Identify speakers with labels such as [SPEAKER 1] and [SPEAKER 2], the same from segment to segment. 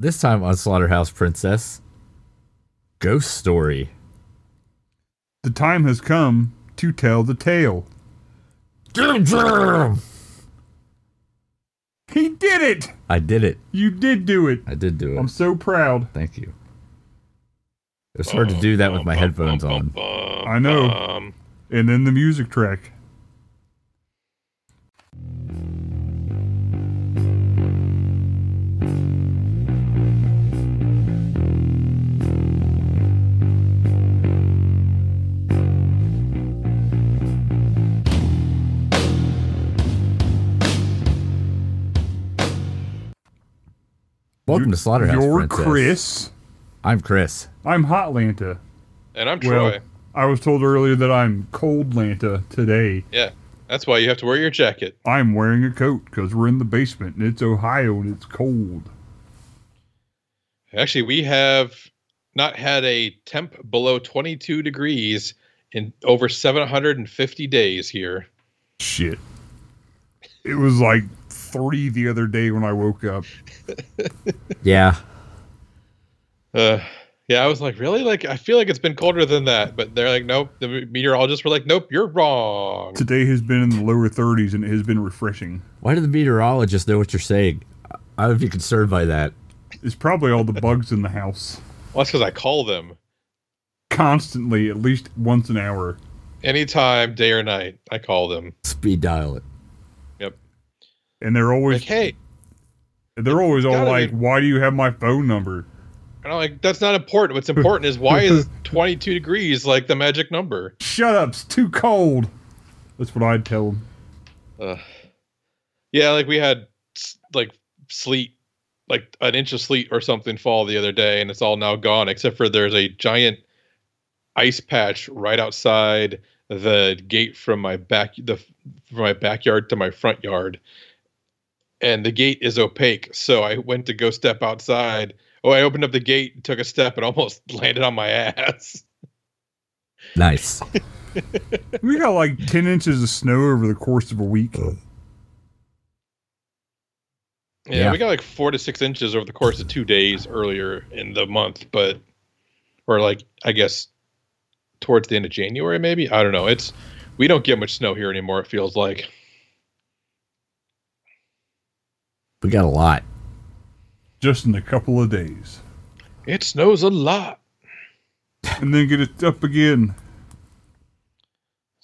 [SPEAKER 1] This time on Slaughterhouse Princess, Ghost Story.
[SPEAKER 2] The time has come to tell the tale.
[SPEAKER 1] I
[SPEAKER 2] He did it!
[SPEAKER 1] did it.
[SPEAKER 2] You did do it.
[SPEAKER 1] I did do
[SPEAKER 2] I'm
[SPEAKER 1] it.
[SPEAKER 2] so proud.
[SPEAKER 1] Thank you. It was hard to do that with my headphones on.
[SPEAKER 2] I know.
[SPEAKER 3] Um,
[SPEAKER 2] And then the music track.
[SPEAKER 1] Welcome to Slaughterhouse
[SPEAKER 2] You're
[SPEAKER 1] Princess.
[SPEAKER 2] Chris.
[SPEAKER 1] I'm Chris.
[SPEAKER 2] I'm Hot Lanta.
[SPEAKER 3] and I'm
[SPEAKER 2] Well,
[SPEAKER 3] Troy.
[SPEAKER 2] I was told earlier that I'm Cold Lanta today.
[SPEAKER 3] Yeah, that's why you have to wear your jacket.
[SPEAKER 2] I'm wearing a coat because we're in the basement and it's Ohio and it's cold.
[SPEAKER 3] Actually, we have not had a temp below 22 degrees in over 750 days here.
[SPEAKER 2] Shit. It was like 30 the other day when I woke up.
[SPEAKER 1] Yeah.
[SPEAKER 3] Uh, yeah, I was like, really? Like, I feel like it's been colder than that. But they're like, nope. The meteorologists were like, nope, you're wrong.
[SPEAKER 2] Today has been in the lower 30s and it has been refreshing.
[SPEAKER 1] Why do the meteorologists know what you're saying? I would be concerned by that.
[SPEAKER 2] It's probably all the bugs in the house.
[SPEAKER 3] Well, that's because I call them
[SPEAKER 2] Constantly, at least once an hour.
[SPEAKER 3] anytime, day or night. I call them.
[SPEAKER 1] Speed dial it.
[SPEAKER 2] And they're
[SPEAKER 3] Like,
[SPEAKER 2] always
[SPEAKER 3] hey,
[SPEAKER 2] they're always all
[SPEAKER 3] gotta
[SPEAKER 2] like,
[SPEAKER 3] be-
[SPEAKER 2] Why do you have my phone number?
[SPEAKER 3] and I'm like, that's not important. What's important is why is 22 degrees like the magic number?
[SPEAKER 2] Shut up, it's too cold. That's what I'd tell them.
[SPEAKER 3] Uh, yeah, like we had s- like sleet, like an inch of sleet or something fall the other day, and it's all now gone except for there's a giant ice patch right outside the gate from my back the from my backyard to my front yard, and the gate is opaque. So I went to go step outside. Oh, I opened up the gate, took a step, and almost landed on my ass.
[SPEAKER 1] Nice.
[SPEAKER 2] We got like 10 inches of snow over the course of a week.
[SPEAKER 3] Yeah,
[SPEAKER 1] Yeah.
[SPEAKER 3] we got like four to six inches over the course of two days earlier in the month, but or like I guess towards the end of January, maybe. I don't know. It's we don't get much snow here anymore, it feels like.
[SPEAKER 1] We got a lot.
[SPEAKER 2] Just in a couple of days.
[SPEAKER 3] It snows a lot.
[SPEAKER 2] And then get it up again.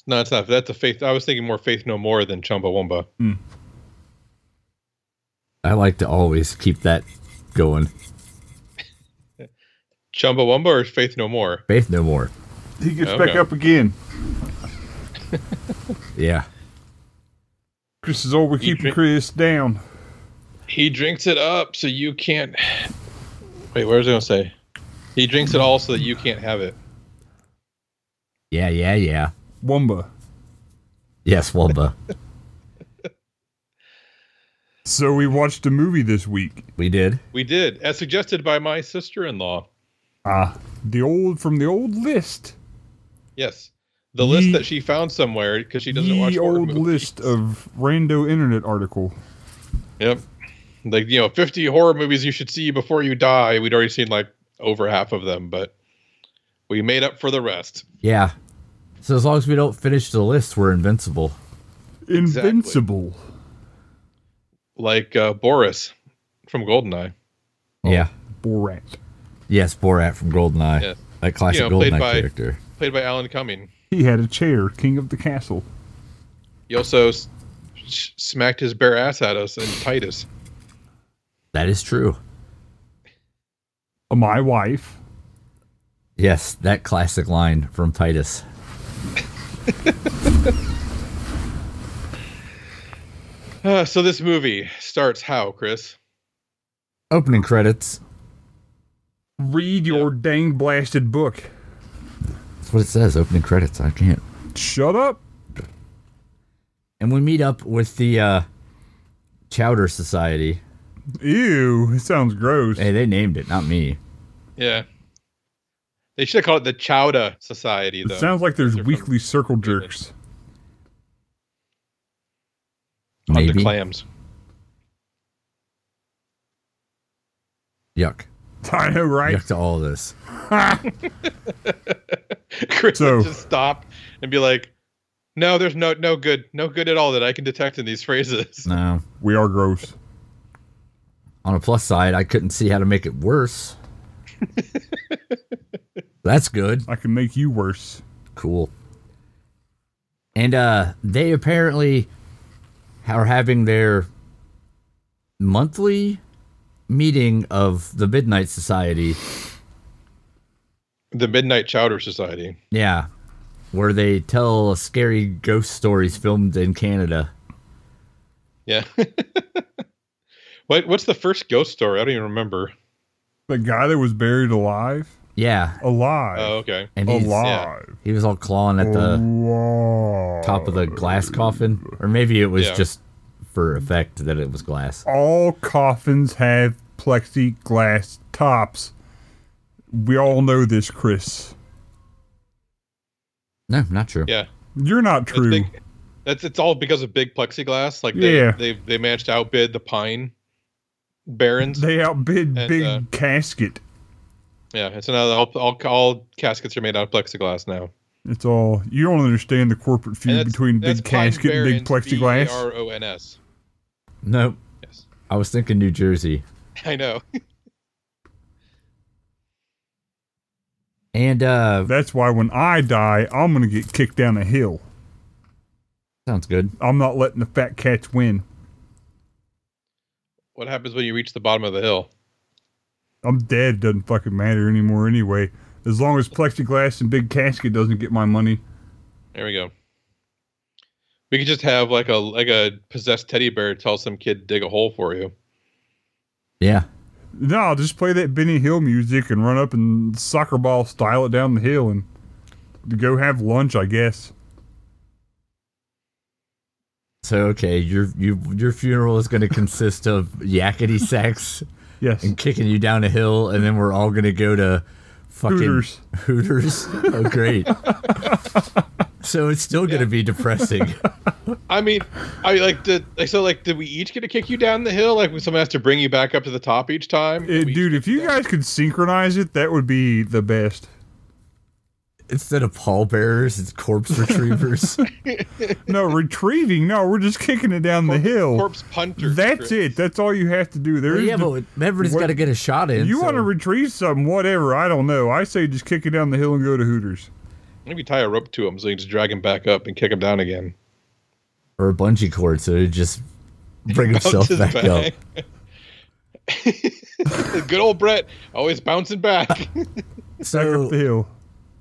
[SPEAKER 3] No, it's not that's a faith I was thinking more faith no more than Chumbawamba.
[SPEAKER 1] I like to always keep that going.
[SPEAKER 3] Chumbawamba or Faith No More?
[SPEAKER 1] Faith no more.
[SPEAKER 2] He gets back
[SPEAKER 3] Okay.
[SPEAKER 2] up again.
[SPEAKER 1] Yeah.
[SPEAKER 2] Chris is over
[SPEAKER 3] You
[SPEAKER 2] keeping
[SPEAKER 3] drink-
[SPEAKER 2] Chris down.
[SPEAKER 3] He drinks it up so you can't Wait, what was I gonna say? He drinks it all so that you can't have it.
[SPEAKER 1] Yeah, yeah, yeah.
[SPEAKER 2] Wumba.
[SPEAKER 1] Yes, Wumba.
[SPEAKER 2] So we watched a movie this week.
[SPEAKER 1] we did.
[SPEAKER 3] We did, as suggested by my sister in law.
[SPEAKER 2] Ah, the old from the old list.
[SPEAKER 3] Yes. The list
[SPEAKER 2] Ye-
[SPEAKER 3] that she found somewhere because she doesn't
[SPEAKER 2] the
[SPEAKER 3] watch horror
[SPEAKER 2] old
[SPEAKER 3] movies.
[SPEAKER 2] list of rando internet article.
[SPEAKER 3] Yep. Like, you know, 50 horror movies you should see before you die. We'd already seen like over half of them, but we made up for the rest.
[SPEAKER 1] Yeah. So as long as we don't finish the list, we're invincible.
[SPEAKER 3] Exactly.
[SPEAKER 2] Invincible.
[SPEAKER 3] Like uh, Boris from Goldeneye.
[SPEAKER 1] Yeah.
[SPEAKER 2] Borat.
[SPEAKER 1] Yes, Borat from Goldeneye.
[SPEAKER 3] Yeah.
[SPEAKER 1] That classic
[SPEAKER 3] You know, played
[SPEAKER 1] Goldeneye
[SPEAKER 3] by-
[SPEAKER 1] character.
[SPEAKER 3] Played by Alan Cumming.
[SPEAKER 2] He had a chair, king of the castle.
[SPEAKER 3] He also s- s- smacked his bare ass at us in Titus.
[SPEAKER 1] That is true.
[SPEAKER 2] Uh, My wife.
[SPEAKER 1] Yes, that classic line from Titus.
[SPEAKER 3] Uh, so this movie starts how, Chris?
[SPEAKER 1] Opening credits.
[SPEAKER 2] Read your dang blasted book.
[SPEAKER 1] That's what it says. Opening credits. I can't.
[SPEAKER 2] Shut up.
[SPEAKER 1] And we meet up with the uh, Chowder Society.
[SPEAKER 2] Ew, it sounds gross.
[SPEAKER 1] Hey, they named it, not me.
[SPEAKER 3] Yeah. They should have called it the Chowda Society,
[SPEAKER 2] it
[SPEAKER 3] though.
[SPEAKER 2] sounds like there's
[SPEAKER 3] They're uh, from-
[SPEAKER 2] weekly circle jerks.
[SPEAKER 3] on the
[SPEAKER 1] Maybe.
[SPEAKER 3] clams.
[SPEAKER 1] Yuck.
[SPEAKER 2] I know, right?
[SPEAKER 1] Yuck to all this.
[SPEAKER 3] Chris
[SPEAKER 2] So-
[SPEAKER 3] would just stop and be like, "No, there's no no good, no good at all that I can detect in these phrases."
[SPEAKER 1] No.
[SPEAKER 2] We are gross.
[SPEAKER 1] On a plus side, I couldn't see how to make it worse. That's good.
[SPEAKER 2] I can make you worse.
[SPEAKER 1] Cool. And uh they apparently are having their monthly meeting of the Midnight Society.
[SPEAKER 3] The Midnight Chowder Society.
[SPEAKER 1] Yeah. Where they tell scary ghost stories filmed in Canada.
[SPEAKER 3] Yeah. what what's the first ghost story? I don't even remember.
[SPEAKER 2] The guy that was buried alive,
[SPEAKER 1] Yeah.
[SPEAKER 2] alive,
[SPEAKER 3] Oh, okay.
[SPEAKER 1] And he's,
[SPEAKER 2] alive,
[SPEAKER 1] he was all clawing at the
[SPEAKER 2] alive.
[SPEAKER 1] Uh, top of the glass coffin. Or maybe it was
[SPEAKER 3] Yeah.
[SPEAKER 1] just for effect that it was glass.
[SPEAKER 2] All coffins have plexiglass tops. We all know this, Chris.
[SPEAKER 1] No, not true.
[SPEAKER 3] Yeah.
[SPEAKER 2] You're not
[SPEAKER 3] That's
[SPEAKER 2] true.
[SPEAKER 3] big- that's it's all because of big plexiglass. Like they
[SPEAKER 2] Yeah.
[SPEAKER 3] they they managed to outbid the pine barons.
[SPEAKER 2] They outbid
[SPEAKER 3] And,
[SPEAKER 2] Big
[SPEAKER 3] uh,
[SPEAKER 2] Casket.
[SPEAKER 3] yeah, it's another all, all all caskets are made out of plexiglass now.
[SPEAKER 2] It's all you don't understand the corporate
[SPEAKER 3] And
[SPEAKER 2] feud
[SPEAKER 3] that's-
[SPEAKER 2] between
[SPEAKER 3] that's
[SPEAKER 2] Big
[SPEAKER 3] pine E
[SPEAKER 2] Casket and Big
[SPEAKER 3] barons,
[SPEAKER 2] Plexiglass.
[SPEAKER 3] B-A-R-O-N-S.
[SPEAKER 1] Nope.
[SPEAKER 3] Yes.
[SPEAKER 1] I was thinking New Jersey.
[SPEAKER 3] I know.
[SPEAKER 1] And uh
[SPEAKER 2] That's why when I die, I'm gonna get kicked down a hill.
[SPEAKER 1] sounds good.
[SPEAKER 2] I'm not letting the fat cats win.
[SPEAKER 3] What happens when you reach the bottom of the hill?
[SPEAKER 2] I'm dead. Doesn't fucking matter anymore anyway. As long as plexiglass and big casket doesn't get my money.
[SPEAKER 3] There we go. We could just have like a like a possessed teddy bear tell some kid to dig a hole for you.
[SPEAKER 1] Yeah.
[SPEAKER 2] No, I'll just play that Benny Hill music and run up and soccer ball style it down the hill and go have lunch, I guess.
[SPEAKER 1] So okay, your you your funeral is going to consist of yakety sex
[SPEAKER 2] Yes.
[SPEAKER 1] and kicking you down a hill, and then we're all going to go to fucking
[SPEAKER 2] Hooters.
[SPEAKER 1] Hooters. Oh, great. so it's still going to be depressing.
[SPEAKER 3] I mean, I like did like so like did we each get to kick you down the hill? Like when someone has to bring you back up to the top each time?
[SPEAKER 2] Eh,
[SPEAKER 3] We each
[SPEAKER 2] dude,
[SPEAKER 3] get
[SPEAKER 2] if you
[SPEAKER 3] down-
[SPEAKER 2] guys could synchronize it, that would be the best.
[SPEAKER 1] Instead of pallbearers, it's corpse retrievers.
[SPEAKER 2] No, retrieving. No, we're just kicking it down the hill.
[SPEAKER 3] corpse punter.
[SPEAKER 2] That's it. That's all you have to do. There is
[SPEAKER 1] yeah,
[SPEAKER 2] no-
[SPEAKER 1] but everybody's
[SPEAKER 2] what-
[SPEAKER 1] got to get a shot in.
[SPEAKER 2] you want to
[SPEAKER 1] so-
[SPEAKER 2] retrieve something, whatever. I don't know. I say just kick it down the hill and go to Hooters.
[SPEAKER 3] Maybe tie a rope to him so you can just drag him back up and kick him down again.
[SPEAKER 1] or a bungee cord, so he just bring himself
[SPEAKER 3] Bounces
[SPEAKER 1] back up.
[SPEAKER 3] Good old Brett, always bouncing back.
[SPEAKER 1] So
[SPEAKER 2] The hill.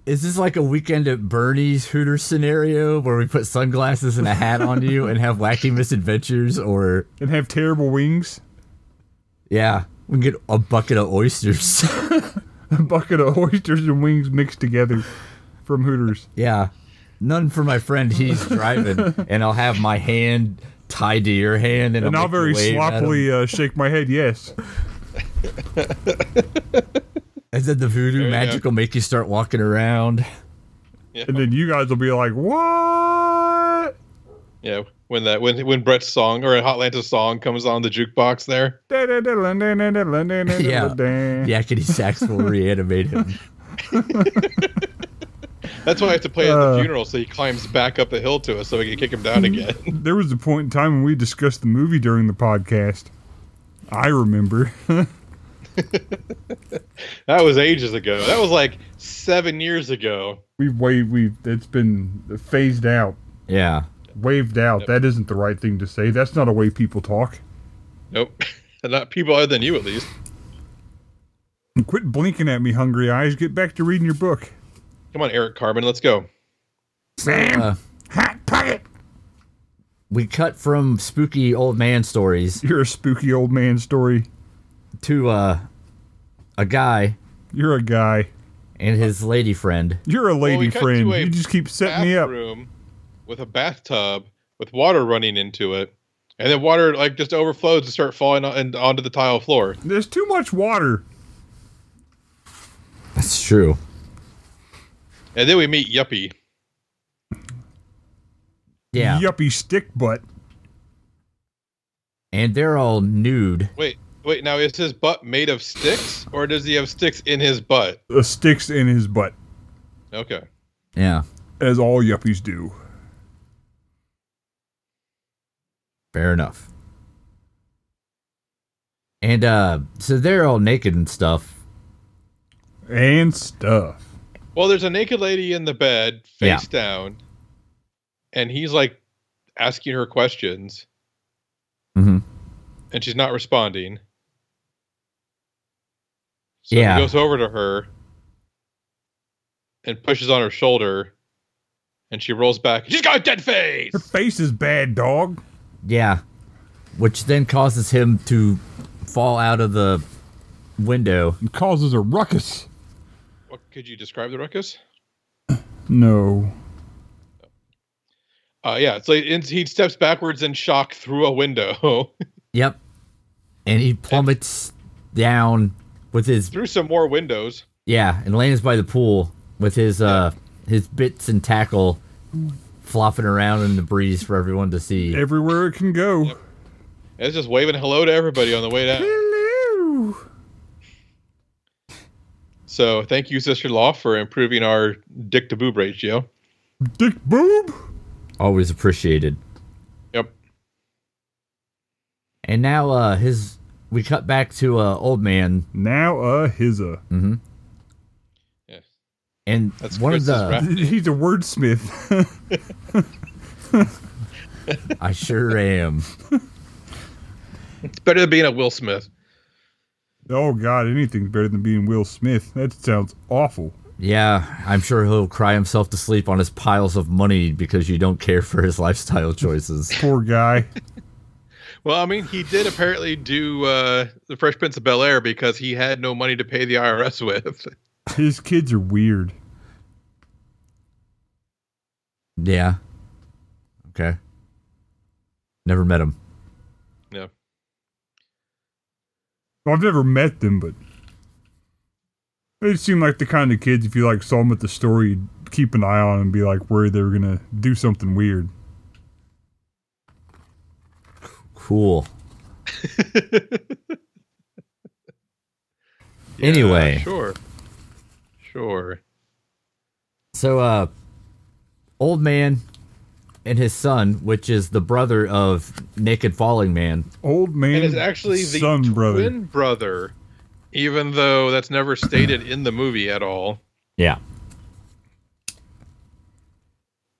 [SPEAKER 1] Is this like a weekend at Bernie's Hooter scenario where we put sunglasses and a hat on you and have wacky misadventures? Or,
[SPEAKER 2] and have terrible wings,
[SPEAKER 1] yeah, we can get a bucket of oysters.
[SPEAKER 2] a bucket of oysters and wings mixed together from Hooters.
[SPEAKER 1] yeah. None for my friend. He's driving, and I'll have my hand tied to your hand, and,
[SPEAKER 2] And
[SPEAKER 1] I'll
[SPEAKER 2] I'll
[SPEAKER 1] make you
[SPEAKER 2] very
[SPEAKER 1] wave at him.
[SPEAKER 2] sloppily uh, shake my head, yes.
[SPEAKER 1] And then the voodoo
[SPEAKER 3] you
[SPEAKER 1] magic will make you start walking around.
[SPEAKER 3] Yeah.
[SPEAKER 2] And then you guys will be like, what?
[SPEAKER 3] Yeah, when that when when Brett's song or Hotlanta's song comes on the jukebox there.
[SPEAKER 2] Yeah.
[SPEAKER 1] Yakety sax will reanimate him.
[SPEAKER 3] That's why I have to play it at
[SPEAKER 2] Uh. Mm-hmm.
[SPEAKER 3] the funeral, so he climbs back up the hill to us, so we can kick him down again.
[SPEAKER 2] There was a point in time when we discussed the movie during the podcast. I remember.
[SPEAKER 3] that was ages ago. That was like seven years ago.
[SPEAKER 2] we've waved, we've, it's been phased out,
[SPEAKER 1] Yeah.
[SPEAKER 2] waved out.
[SPEAKER 3] Yep.
[SPEAKER 2] That isn't the right thing to say. That's not a way people talk.
[SPEAKER 3] Nope, not people other than you at least.
[SPEAKER 2] And quit blinking at me, hungry eyes. Get back to reading your book.
[SPEAKER 3] Come on, Eric Carbon, let's go.
[SPEAKER 2] Sam,
[SPEAKER 1] Uh,
[SPEAKER 2] hot pocket.
[SPEAKER 1] we cut from spooky old man stories
[SPEAKER 2] You're a spooky old man story.
[SPEAKER 1] to uh, a guy
[SPEAKER 2] You're a guy.
[SPEAKER 1] and his lady friend.
[SPEAKER 2] You're a
[SPEAKER 3] we
[SPEAKER 2] lady
[SPEAKER 3] cut
[SPEAKER 2] friend.
[SPEAKER 3] to a
[SPEAKER 2] You just keep setting me up.
[SPEAKER 3] Bathroom with a bathtub with water running into it, and then water like just overflows and start falling on, and onto the tile floor.
[SPEAKER 2] There's too much water.
[SPEAKER 1] That's true.
[SPEAKER 3] And then we meet Yuppie.
[SPEAKER 1] Yeah.
[SPEAKER 2] Yuppie stick butt.
[SPEAKER 1] And they're all nude.
[SPEAKER 3] Wait, Wait, now is his butt made of sticks, or does he have sticks in his butt?
[SPEAKER 2] Uh, sticks in his butt,
[SPEAKER 3] Okay.
[SPEAKER 1] Yeah,
[SPEAKER 2] as all yuppies do.
[SPEAKER 1] fair enough. And uh, so they're all naked and stuff.
[SPEAKER 2] And stuff.
[SPEAKER 3] Well, there's a naked lady in the bed,
[SPEAKER 1] Yeah.
[SPEAKER 3] face down, and he's like asking her questions,
[SPEAKER 1] Mm-hmm.
[SPEAKER 3] and she's not responding. So
[SPEAKER 1] Yeah.
[SPEAKER 3] he goes over to her and pushes on her shoulder, and she rolls back. She's got a dead face.
[SPEAKER 2] Her face is bad, dog.
[SPEAKER 1] Yeah, which then causes him to fall out of the window.
[SPEAKER 2] It causes a ruckus.
[SPEAKER 3] What could you describe the ruckus?
[SPEAKER 2] No.
[SPEAKER 3] Uh, yeah, so he, he steps backwards in shock through a window,
[SPEAKER 1] Yep, and he plummets down with his
[SPEAKER 3] through some more windows.
[SPEAKER 1] Yeah, and lands by the pool with his uh his bits and tackle flopping around in the breeze for everyone to see.
[SPEAKER 2] Everywhere it can go.
[SPEAKER 3] And it's just waving hello to everybody on the way down.
[SPEAKER 2] Hello.
[SPEAKER 3] So thank you, Sister Law, for improving our dick to boob ratio.
[SPEAKER 2] Dick boob.
[SPEAKER 1] Always appreciated.
[SPEAKER 3] Yep.
[SPEAKER 1] And now uh his we cut back to uh old man
[SPEAKER 2] Now a hizza.
[SPEAKER 3] Yeah.
[SPEAKER 1] and
[SPEAKER 3] That's
[SPEAKER 1] one of
[SPEAKER 3] Chris's
[SPEAKER 1] the
[SPEAKER 3] rap.
[SPEAKER 2] He's a wordsmith.
[SPEAKER 1] I sure am.
[SPEAKER 3] It's better than being a Will Smith.
[SPEAKER 2] oh God, anything's better than being Will Smith. That sounds awful.
[SPEAKER 1] Yeah, I'm sure he'll cry himself to sleep on his piles of money because you don't care for his lifestyle choices.
[SPEAKER 2] Poor guy.
[SPEAKER 3] Well, I mean, he did apparently do uh, the Fresh Prince of Bel Air because he had no money to pay the IRS with.
[SPEAKER 2] His kids are weird.
[SPEAKER 1] yeah. Okay. Never met him.
[SPEAKER 3] Yeah.
[SPEAKER 2] Well, I've never met them, but they seem like the kind of kids if you like saw them at the store, you'd keep an eye on 'em and be like worried they were gonna do something weird.
[SPEAKER 1] Cool.
[SPEAKER 3] Yeah,
[SPEAKER 1] Anyway.
[SPEAKER 3] Sure. Sure.
[SPEAKER 1] So, uh, old man and his son, which is the brother of Naked Falling Man.
[SPEAKER 2] Old man.
[SPEAKER 3] And it's actually the
[SPEAKER 2] son
[SPEAKER 3] twin
[SPEAKER 2] brother.
[SPEAKER 3] brother. even though that's never stated in the movie at all.
[SPEAKER 1] Yeah.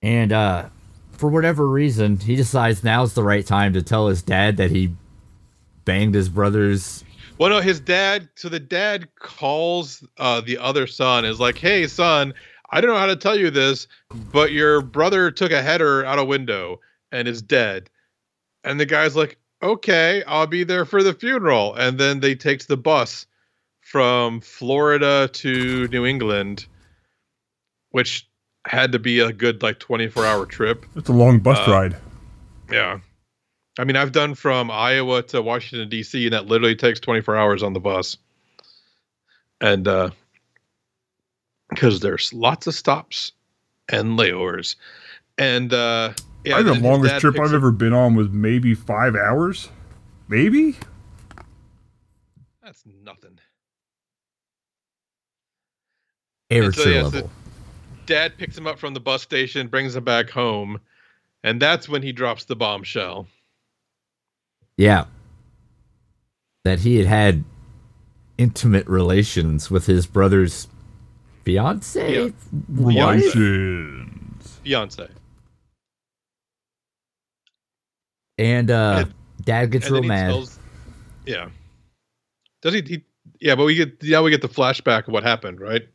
[SPEAKER 1] And, uh, for whatever reason, he decides now's the right time to tell his dad that he banged his brother's.
[SPEAKER 3] Well, no, his dad. So the dad calls uh, the other son, is like, "Hey, son, I don't know how to tell you this, but your brother took a header out a window and is dead." And the guy's like, "Okay, I'll be there for the funeral." And then they takes the bus from Florida to New England, which had to be a good like twenty four hour trip.
[SPEAKER 2] That's a long bus
[SPEAKER 3] Uh,
[SPEAKER 2] ride.
[SPEAKER 3] Yeah. I mean, I've done from Iowa to Washington D.C., and that literally takes 24 hours on the bus. And uh because there's lots of stops and layovers, and uh, yeah,
[SPEAKER 2] I think
[SPEAKER 3] then
[SPEAKER 2] the
[SPEAKER 3] his
[SPEAKER 2] longest
[SPEAKER 3] dad
[SPEAKER 2] trip
[SPEAKER 3] picks
[SPEAKER 2] I've
[SPEAKER 3] up-
[SPEAKER 2] ever been on was maybe five hours. Maybe?
[SPEAKER 3] That's nothing.
[SPEAKER 1] Air
[SPEAKER 3] And so,
[SPEAKER 1] true
[SPEAKER 3] yeah, so-
[SPEAKER 1] level.
[SPEAKER 3] Dad picks him up from the bus station, brings him back home, and that's when he drops the bombshell.
[SPEAKER 1] Yeah. That he had had intimate relations with his brother's fiance.
[SPEAKER 3] Yeah.
[SPEAKER 2] Relations.
[SPEAKER 3] Beyonce.
[SPEAKER 1] And, uh,
[SPEAKER 3] And-
[SPEAKER 1] dad gets
[SPEAKER 3] And
[SPEAKER 1] real
[SPEAKER 3] then he
[SPEAKER 1] mad.
[SPEAKER 3] tells- yeah. Does he, he? Yeah, but we get now we get the flashback of what happened, right?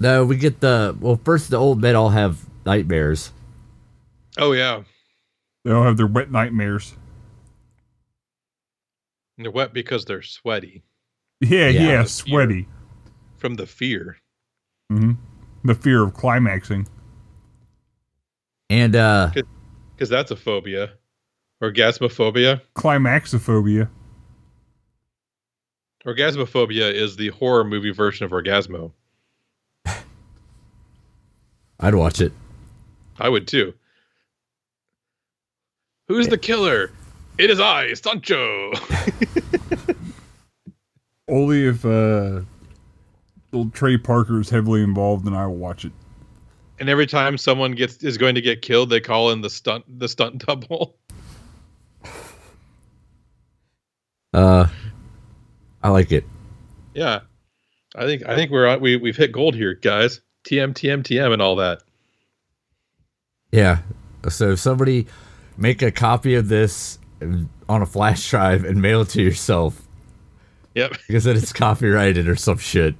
[SPEAKER 1] No, we get the well. First, the old men all have nightmares.
[SPEAKER 3] Oh yeah,
[SPEAKER 2] They all have their wet nightmares.
[SPEAKER 3] And they're wet because they're sweaty
[SPEAKER 1] Yeah.
[SPEAKER 2] Yeah, yeah,
[SPEAKER 1] The fear.
[SPEAKER 2] sweaty.
[SPEAKER 3] from the fear.
[SPEAKER 2] hmm The fear of climaxing.
[SPEAKER 1] And uh,
[SPEAKER 3] Because that's a phobia. Orgasmophobia.
[SPEAKER 2] Climaxophobia.
[SPEAKER 3] Orgasmophobia is the horror movie version of orgasmo.
[SPEAKER 1] I'd watch it.
[SPEAKER 3] I would too. Who's the killer? It is I, Sancho.
[SPEAKER 2] Only if uh, old Trey Parker is heavily involved, then I will watch it.
[SPEAKER 3] and every time someone gets is going to get killed, they call in the stunt the stunt double.
[SPEAKER 1] Uh, I like it.
[SPEAKER 3] Yeah, I think I think we're on- we we've hit gold here, guys. TM TM TM and all that.
[SPEAKER 1] Yeah. So if somebody make a copy of this on a flash drive and mail it to yourself
[SPEAKER 3] Yep,
[SPEAKER 1] because then it's copyrighted or some shit.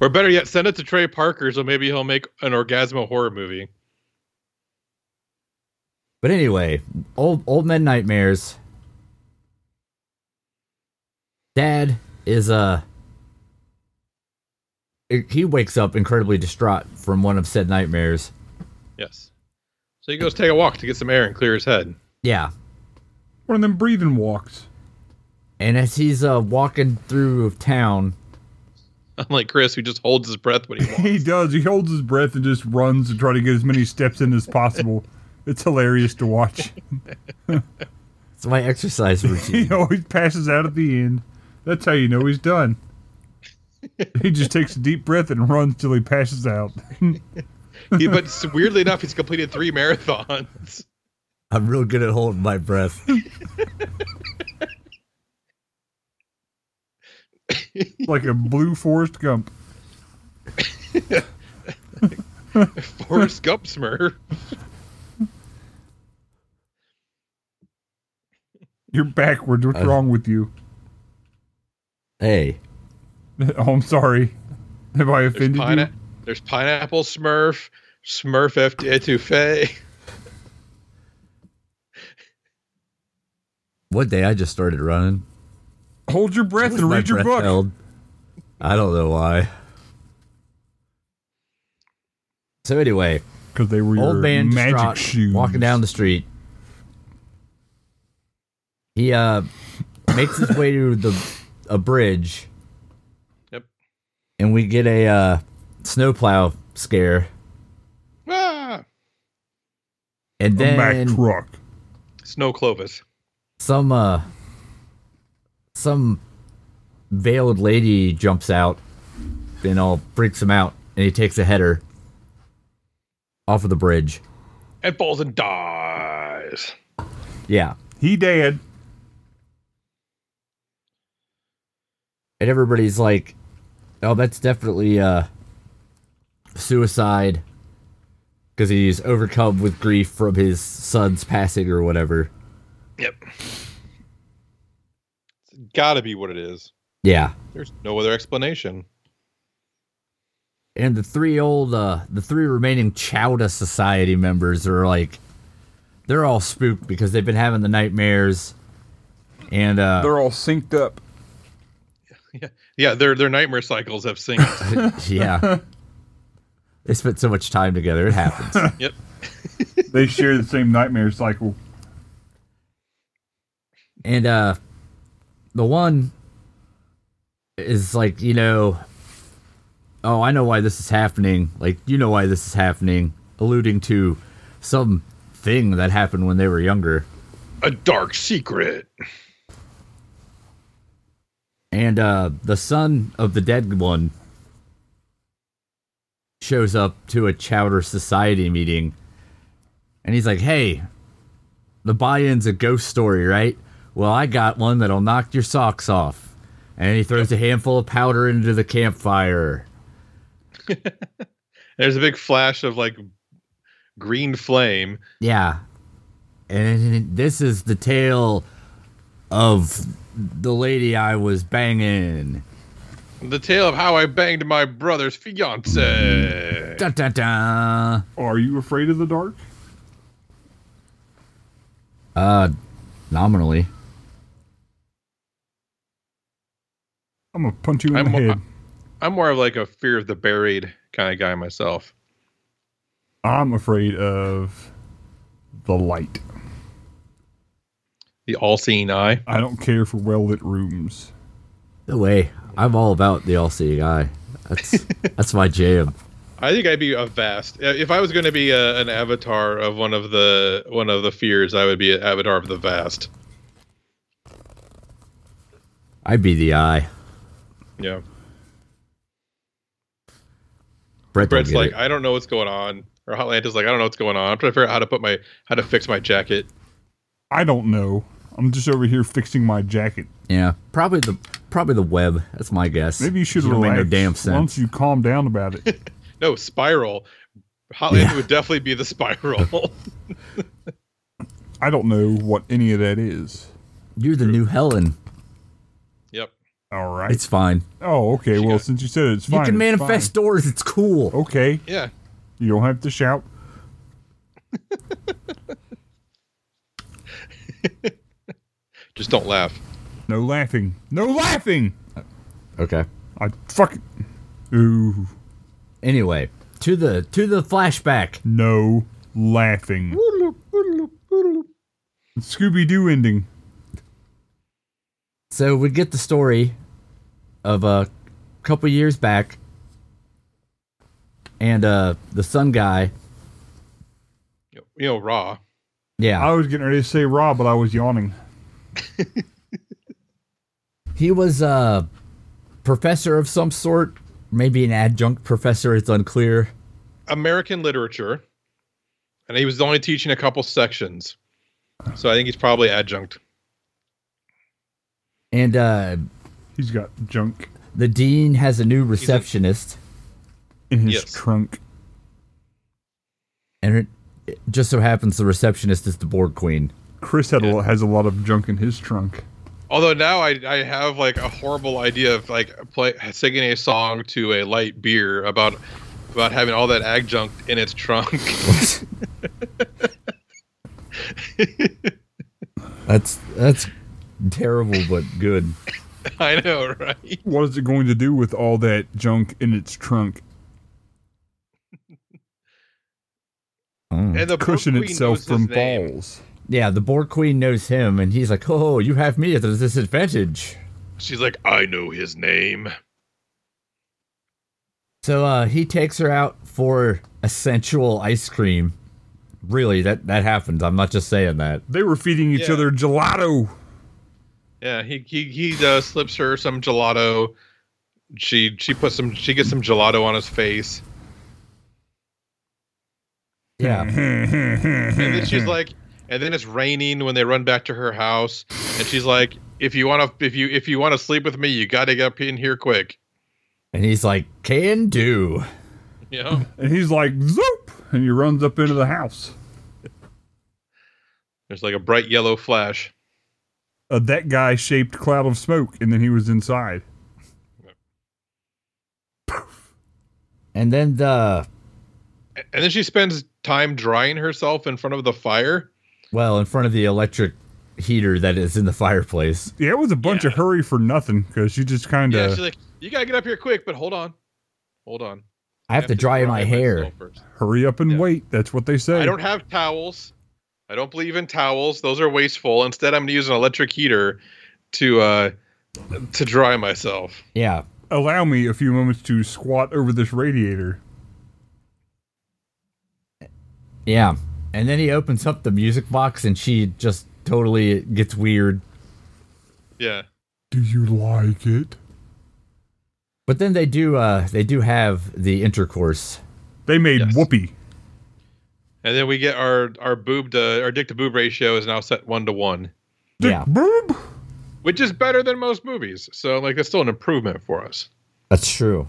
[SPEAKER 3] or better yet, send it to Trey Parker so maybe he'll make an orgasmo horror movie.
[SPEAKER 1] But anyway, old old men nightmares. Dad is uh he wakes up incredibly distraught from one of said nightmares.
[SPEAKER 3] Yes. So he goes take a walk to get some air and clear his head.
[SPEAKER 1] Yeah.
[SPEAKER 2] One of them breathing walks.
[SPEAKER 1] And as he's uh walking through town,
[SPEAKER 3] Unlike Chris, who just holds his breath when he walks.
[SPEAKER 2] He does. He holds his breath and just runs and try to get as many steps in as possible. It's hilarious to watch.
[SPEAKER 1] it's my exercise
[SPEAKER 2] He
[SPEAKER 1] routine.
[SPEAKER 2] always passes out at the end. That's how you know he's done. He just takes a deep breath and runs till he passes out.
[SPEAKER 3] He- but s- weirdly enough, he's completed three marathons.
[SPEAKER 1] I'm real good at holding my breath.
[SPEAKER 2] like a blue Forrest Gump.
[SPEAKER 3] Forrest Gump Smurf.
[SPEAKER 2] You're backwards. What's
[SPEAKER 1] Uh.
[SPEAKER 2] wrong with you?
[SPEAKER 1] Hey.
[SPEAKER 2] Oh, I'm sorry. Have I
[SPEAKER 3] There's,
[SPEAKER 2] offended you?
[SPEAKER 3] pina- there's pineapple Smurf, Smurf F- etouffee.
[SPEAKER 1] One day I just started running.
[SPEAKER 2] Hold your breath and
[SPEAKER 1] My
[SPEAKER 2] read your
[SPEAKER 1] breath
[SPEAKER 2] book.
[SPEAKER 1] held. I don't know why. So anyway,
[SPEAKER 2] Because they were your
[SPEAKER 1] old man
[SPEAKER 2] magic
[SPEAKER 1] distraught,
[SPEAKER 2] shoes.
[SPEAKER 1] walking down the street. He uh makes his way to the a bridge.
[SPEAKER 3] Yep.
[SPEAKER 1] And we get a uh snowplow scare.
[SPEAKER 3] Ah!
[SPEAKER 1] And
[SPEAKER 2] a Mack
[SPEAKER 1] then
[SPEAKER 2] truck.
[SPEAKER 3] Snow Clovis.
[SPEAKER 1] some uh some veiled lady jumps out and all freaks him out and he takes a header off of the bridge
[SPEAKER 3] And falls and dies.
[SPEAKER 1] yeah
[SPEAKER 2] He dead.
[SPEAKER 1] and everybody's like oh that's definitely uh suicide because he's overcome with grief from his son's passing or whatever
[SPEAKER 3] Yep. It's gotta be what it is.
[SPEAKER 1] yeah
[SPEAKER 3] There's no other explanation.
[SPEAKER 1] and the three old uh the three remaining chowda society members are like they're all spooked because they've been having the nightmares and uh
[SPEAKER 2] all synced up.
[SPEAKER 3] Yeah, their their nightmare cycles have synced.
[SPEAKER 1] yeah they spent so much time together it happens
[SPEAKER 3] yep.
[SPEAKER 2] They share the same nightmare cycle.
[SPEAKER 1] and uh the one is like you know oh i know why this is happening like you know why this is happening alluding to some thing that happened when they were younger
[SPEAKER 3] A dark secret.
[SPEAKER 1] And uh, the son of the dead one shows up to a Chowder Society meeting. And he's like, hey, the buy in's a ghost story, right? Well, I got one that'll knock your socks off. And he throws a handful of powder into the campfire.
[SPEAKER 3] There's a big flash of like green flame.
[SPEAKER 1] Yeah. And this is the tale of the lady I was banging.
[SPEAKER 3] The tale of how I banged my brother's fiance.
[SPEAKER 1] Da da da.
[SPEAKER 2] Are you afraid of the dark?
[SPEAKER 1] Uh, nominally.
[SPEAKER 2] I'm gonna punch you in
[SPEAKER 3] I'm-
[SPEAKER 2] the head.
[SPEAKER 3] I'm more of like a fear of the buried kind of guy myself.
[SPEAKER 2] I'm afraid of the light.
[SPEAKER 3] The all-seeing eye.
[SPEAKER 2] I don't care for well lit rooms.
[SPEAKER 1] No way. I'm all about the all seeing eye. That's that's my jam.
[SPEAKER 3] I think I'd be a vast. uh, If I was going to be a, an avatar of one of the one of the fears, I would be an avatar of the vast.
[SPEAKER 1] I'd be the eye.
[SPEAKER 3] Yeah.
[SPEAKER 1] Brett don't
[SPEAKER 3] Brett's
[SPEAKER 1] get
[SPEAKER 3] like,
[SPEAKER 1] it.
[SPEAKER 3] I don't know what's going on, or Hotlanta's like, I don't know what's going on. I'm trying to figure out how to put my how to fix my jacket.
[SPEAKER 2] I don't know. I'm just over here fixing my jacket.
[SPEAKER 1] yeah, probably the probably the web. That's my guess.
[SPEAKER 2] Maybe you should
[SPEAKER 1] Should've made no
[SPEAKER 2] relax.
[SPEAKER 1] damn
[SPEAKER 2] Why
[SPEAKER 1] sense.
[SPEAKER 2] don't you calm down about it?
[SPEAKER 3] No spiral. Hotlanta
[SPEAKER 1] Yeah.
[SPEAKER 3] would definitely be the spiral.
[SPEAKER 2] I don't know what any of that is.
[SPEAKER 1] You're the new Helen.
[SPEAKER 3] yep.
[SPEAKER 2] All right.
[SPEAKER 1] It's fine.
[SPEAKER 2] oh, okay. Well,
[SPEAKER 3] got-
[SPEAKER 2] since you said it, it's fine.
[SPEAKER 1] you can
[SPEAKER 2] it's
[SPEAKER 1] manifest
[SPEAKER 2] fine.
[SPEAKER 1] doors. It's cool.
[SPEAKER 2] Okay.
[SPEAKER 3] Yeah.
[SPEAKER 2] You don't have to shout.
[SPEAKER 3] Just don't laugh.
[SPEAKER 2] No laughing. No laughing. Oh.
[SPEAKER 1] Okay.
[SPEAKER 2] I fucking. Ooh.
[SPEAKER 1] Anyway, to the to the flashback.
[SPEAKER 2] No laughing. Scooby Doo ending.
[SPEAKER 1] So we get the story of a couple years back, and uh the sun guy.
[SPEAKER 3] You know, raw.
[SPEAKER 1] Yeah,
[SPEAKER 2] I was getting ready to say Rob, but I was yawning.
[SPEAKER 1] he was a professor of some sort, maybe an adjunct professor. It's unclear.
[SPEAKER 3] American literature, and he was only teaching a couple sections, so I think he's probably adjunct.
[SPEAKER 1] And uh,
[SPEAKER 2] He's got junk
[SPEAKER 1] the dean has a new receptionist,
[SPEAKER 2] in his
[SPEAKER 3] Yes.
[SPEAKER 2] trunk.
[SPEAKER 1] and it, it just so happens the receptionist is the board queen.
[SPEAKER 2] Chris had a lot, has a lot of junk in his trunk.
[SPEAKER 3] Although now I, I have like a horrible idea of like play, singing a song to a light beer about about having all that adjunct in its trunk.
[SPEAKER 1] That's that's terrible but good.
[SPEAKER 3] I know, right?
[SPEAKER 2] What is it going to do with all that junk in its trunk?
[SPEAKER 1] Mm.
[SPEAKER 3] And the Borg
[SPEAKER 2] Cushion
[SPEAKER 3] Queen
[SPEAKER 2] Hmm. itself
[SPEAKER 3] knows
[SPEAKER 2] from
[SPEAKER 3] his name.
[SPEAKER 2] falls.
[SPEAKER 1] Yeah, the board queen knows him, and he's like, "Oh, you have me at a disadvantage."
[SPEAKER 3] She's like, I know his name.
[SPEAKER 1] So uh, he takes her out for a sensual ice cream. Really, that that happens. I'm not just saying that.
[SPEAKER 2] They were feeding each
[SPEAKER 3] Yeah.
[SPEAKER 2] other gelato.
[SPEAKER 3] Yeah, he he he uh, slips her some gelato. She she puts some she gets some gelato on his face.
[SPEAKER 1] Yeah.
[SPEAKER 3] and then she's like and then it's raining when they run back to her house and she's like if you want to if you if you want to sleep with me you got to get up in here quick
[SPEAKER 1] And he's like, "Can do."
[SPEAKER 3] you know
[SPEAKER 2] And he's like, zoop! And he runs up into the house.
[SPEAKER 3] there's like a bright yellow flash
[SPEAKER 2] A Uh, that guy shaped cloud of smoke, and then he was inside.
[SPEAKER 1] And then the
[SPEAKER 3] and then she spends time drying herself in front of the fire
[SPEAKER 1] well, in front of the electric heater that is in the fireplace.
[SPEAKER 2] Yeah, it was a bunch of hurry for nothing because she just kind
[SPEAKER 3] yeah
[SPEAKER 2] of
[SPEAKER 3] she's like you got to get up here quick but hold on hold on
[SPEAKER 1] I have, to, dry, my hair.
[SPEAKER 3] myself first.
[SPEAKER 2] hurry up and
[SPEAKER 3] Yeah.
[SPEAKER 2] wait. That's what they say.
[SPEAKER 3] i don't have towels i don't believe in towels those are wasteful instead i'm going to use an electric heater to uh to dry myself
[SPEAKER 1] Yeah.
[SPEAKER 2] Allow me a few moments to squat over this radiator.
[SPEAKER 1] Yeah. And then he opens up the music box and she just totally gets weird.
[SPEAKER 3] yeah
[SPEAKER 2] Do you like it?
[SPEAKER 1] But then they do uh they do have the intercourse.
[SPEAKER 2] They made
[SPEAKER 3] Yes.
[SPEAKER 2] whoopee.
[SPEAKER 3] And then we get our our boob to our dick to boob ratio is now set one to one,
[SPEAKER 2] Dick
[SPEAKER 1] Yeah.
[SPEAKER 2] boob.
[SPEAKER 3] which is better than most movies. So like that's still an improvement for us.
[SPEAKER 1] That's true.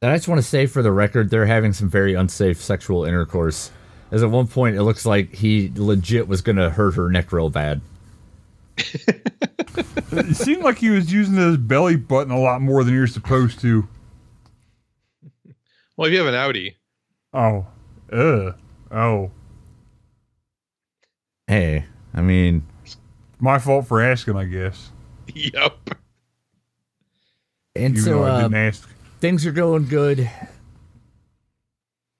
[SPEAKER 1] And I just want to say for the record, they're having some very unsafe sexual intercourse. As at one point, it looks like he legit was going to hurt her neck real bad.
[SPEAKER 2] It seemed like he was using his belly button a lot more than you're supposed to.
[SPEAKER 3] Well, if you have an Audi,
[SPEAKER 2] Oh, uh, oh.
[SPEAKER 1] Hey, I mean,
[SPEAKER 2] My fault for asking, I guess.
[SPEAKER 3] yep.
[SPEAKER 1] and
[SPEAKER 2] Even
[SPEAKER 1] so
[SPEAKER 2] though I
[SPEAKER 1] uh,
[SPEAKER 2] didn't ask.
[SPEAKER 1] things are going good.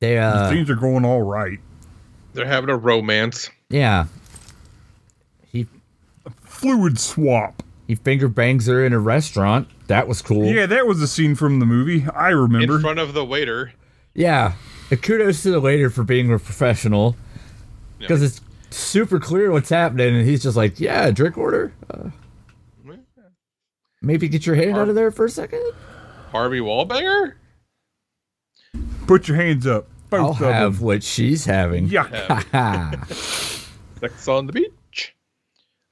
[SPEAKER 1] They, uh,
[SPEAKER 2] Things are going all right.
[SPEAKER 3] They're having a romance.
[SPEAKER 1] yeah. He
[SPEAKER 2] Fluid swap.
[SPEAKER 1] He finger bangs her in a restaurant. That was cool.
[SPEAKER 2] Yeah, that was a scene from the movie. I remember.
[SPEAKER 3] in front of the waiter.
[SPEAKER 1] Yeah. And kudos to the waiter for being a professional because it's super clear what's happening. And he's just like, yeah, drink order. Uh, maybe get your hand out of there for a second.
[SPEAKER 3] Harvey Wallbanger?
[SPEAKER 2] Put your hands up. Both
[SPEAKER 1] I'll
[SPEAKER 2] of
[SPEAKER 1] have
[SPEAKER 2] them.
[SPEAKER 1] what she's having.
[SPEAKER 2] Yuck.
[SPEAKER 3] Yeah.
[SPEAKER 1] Ha.
[SPEAKER 3] Sex on the beach.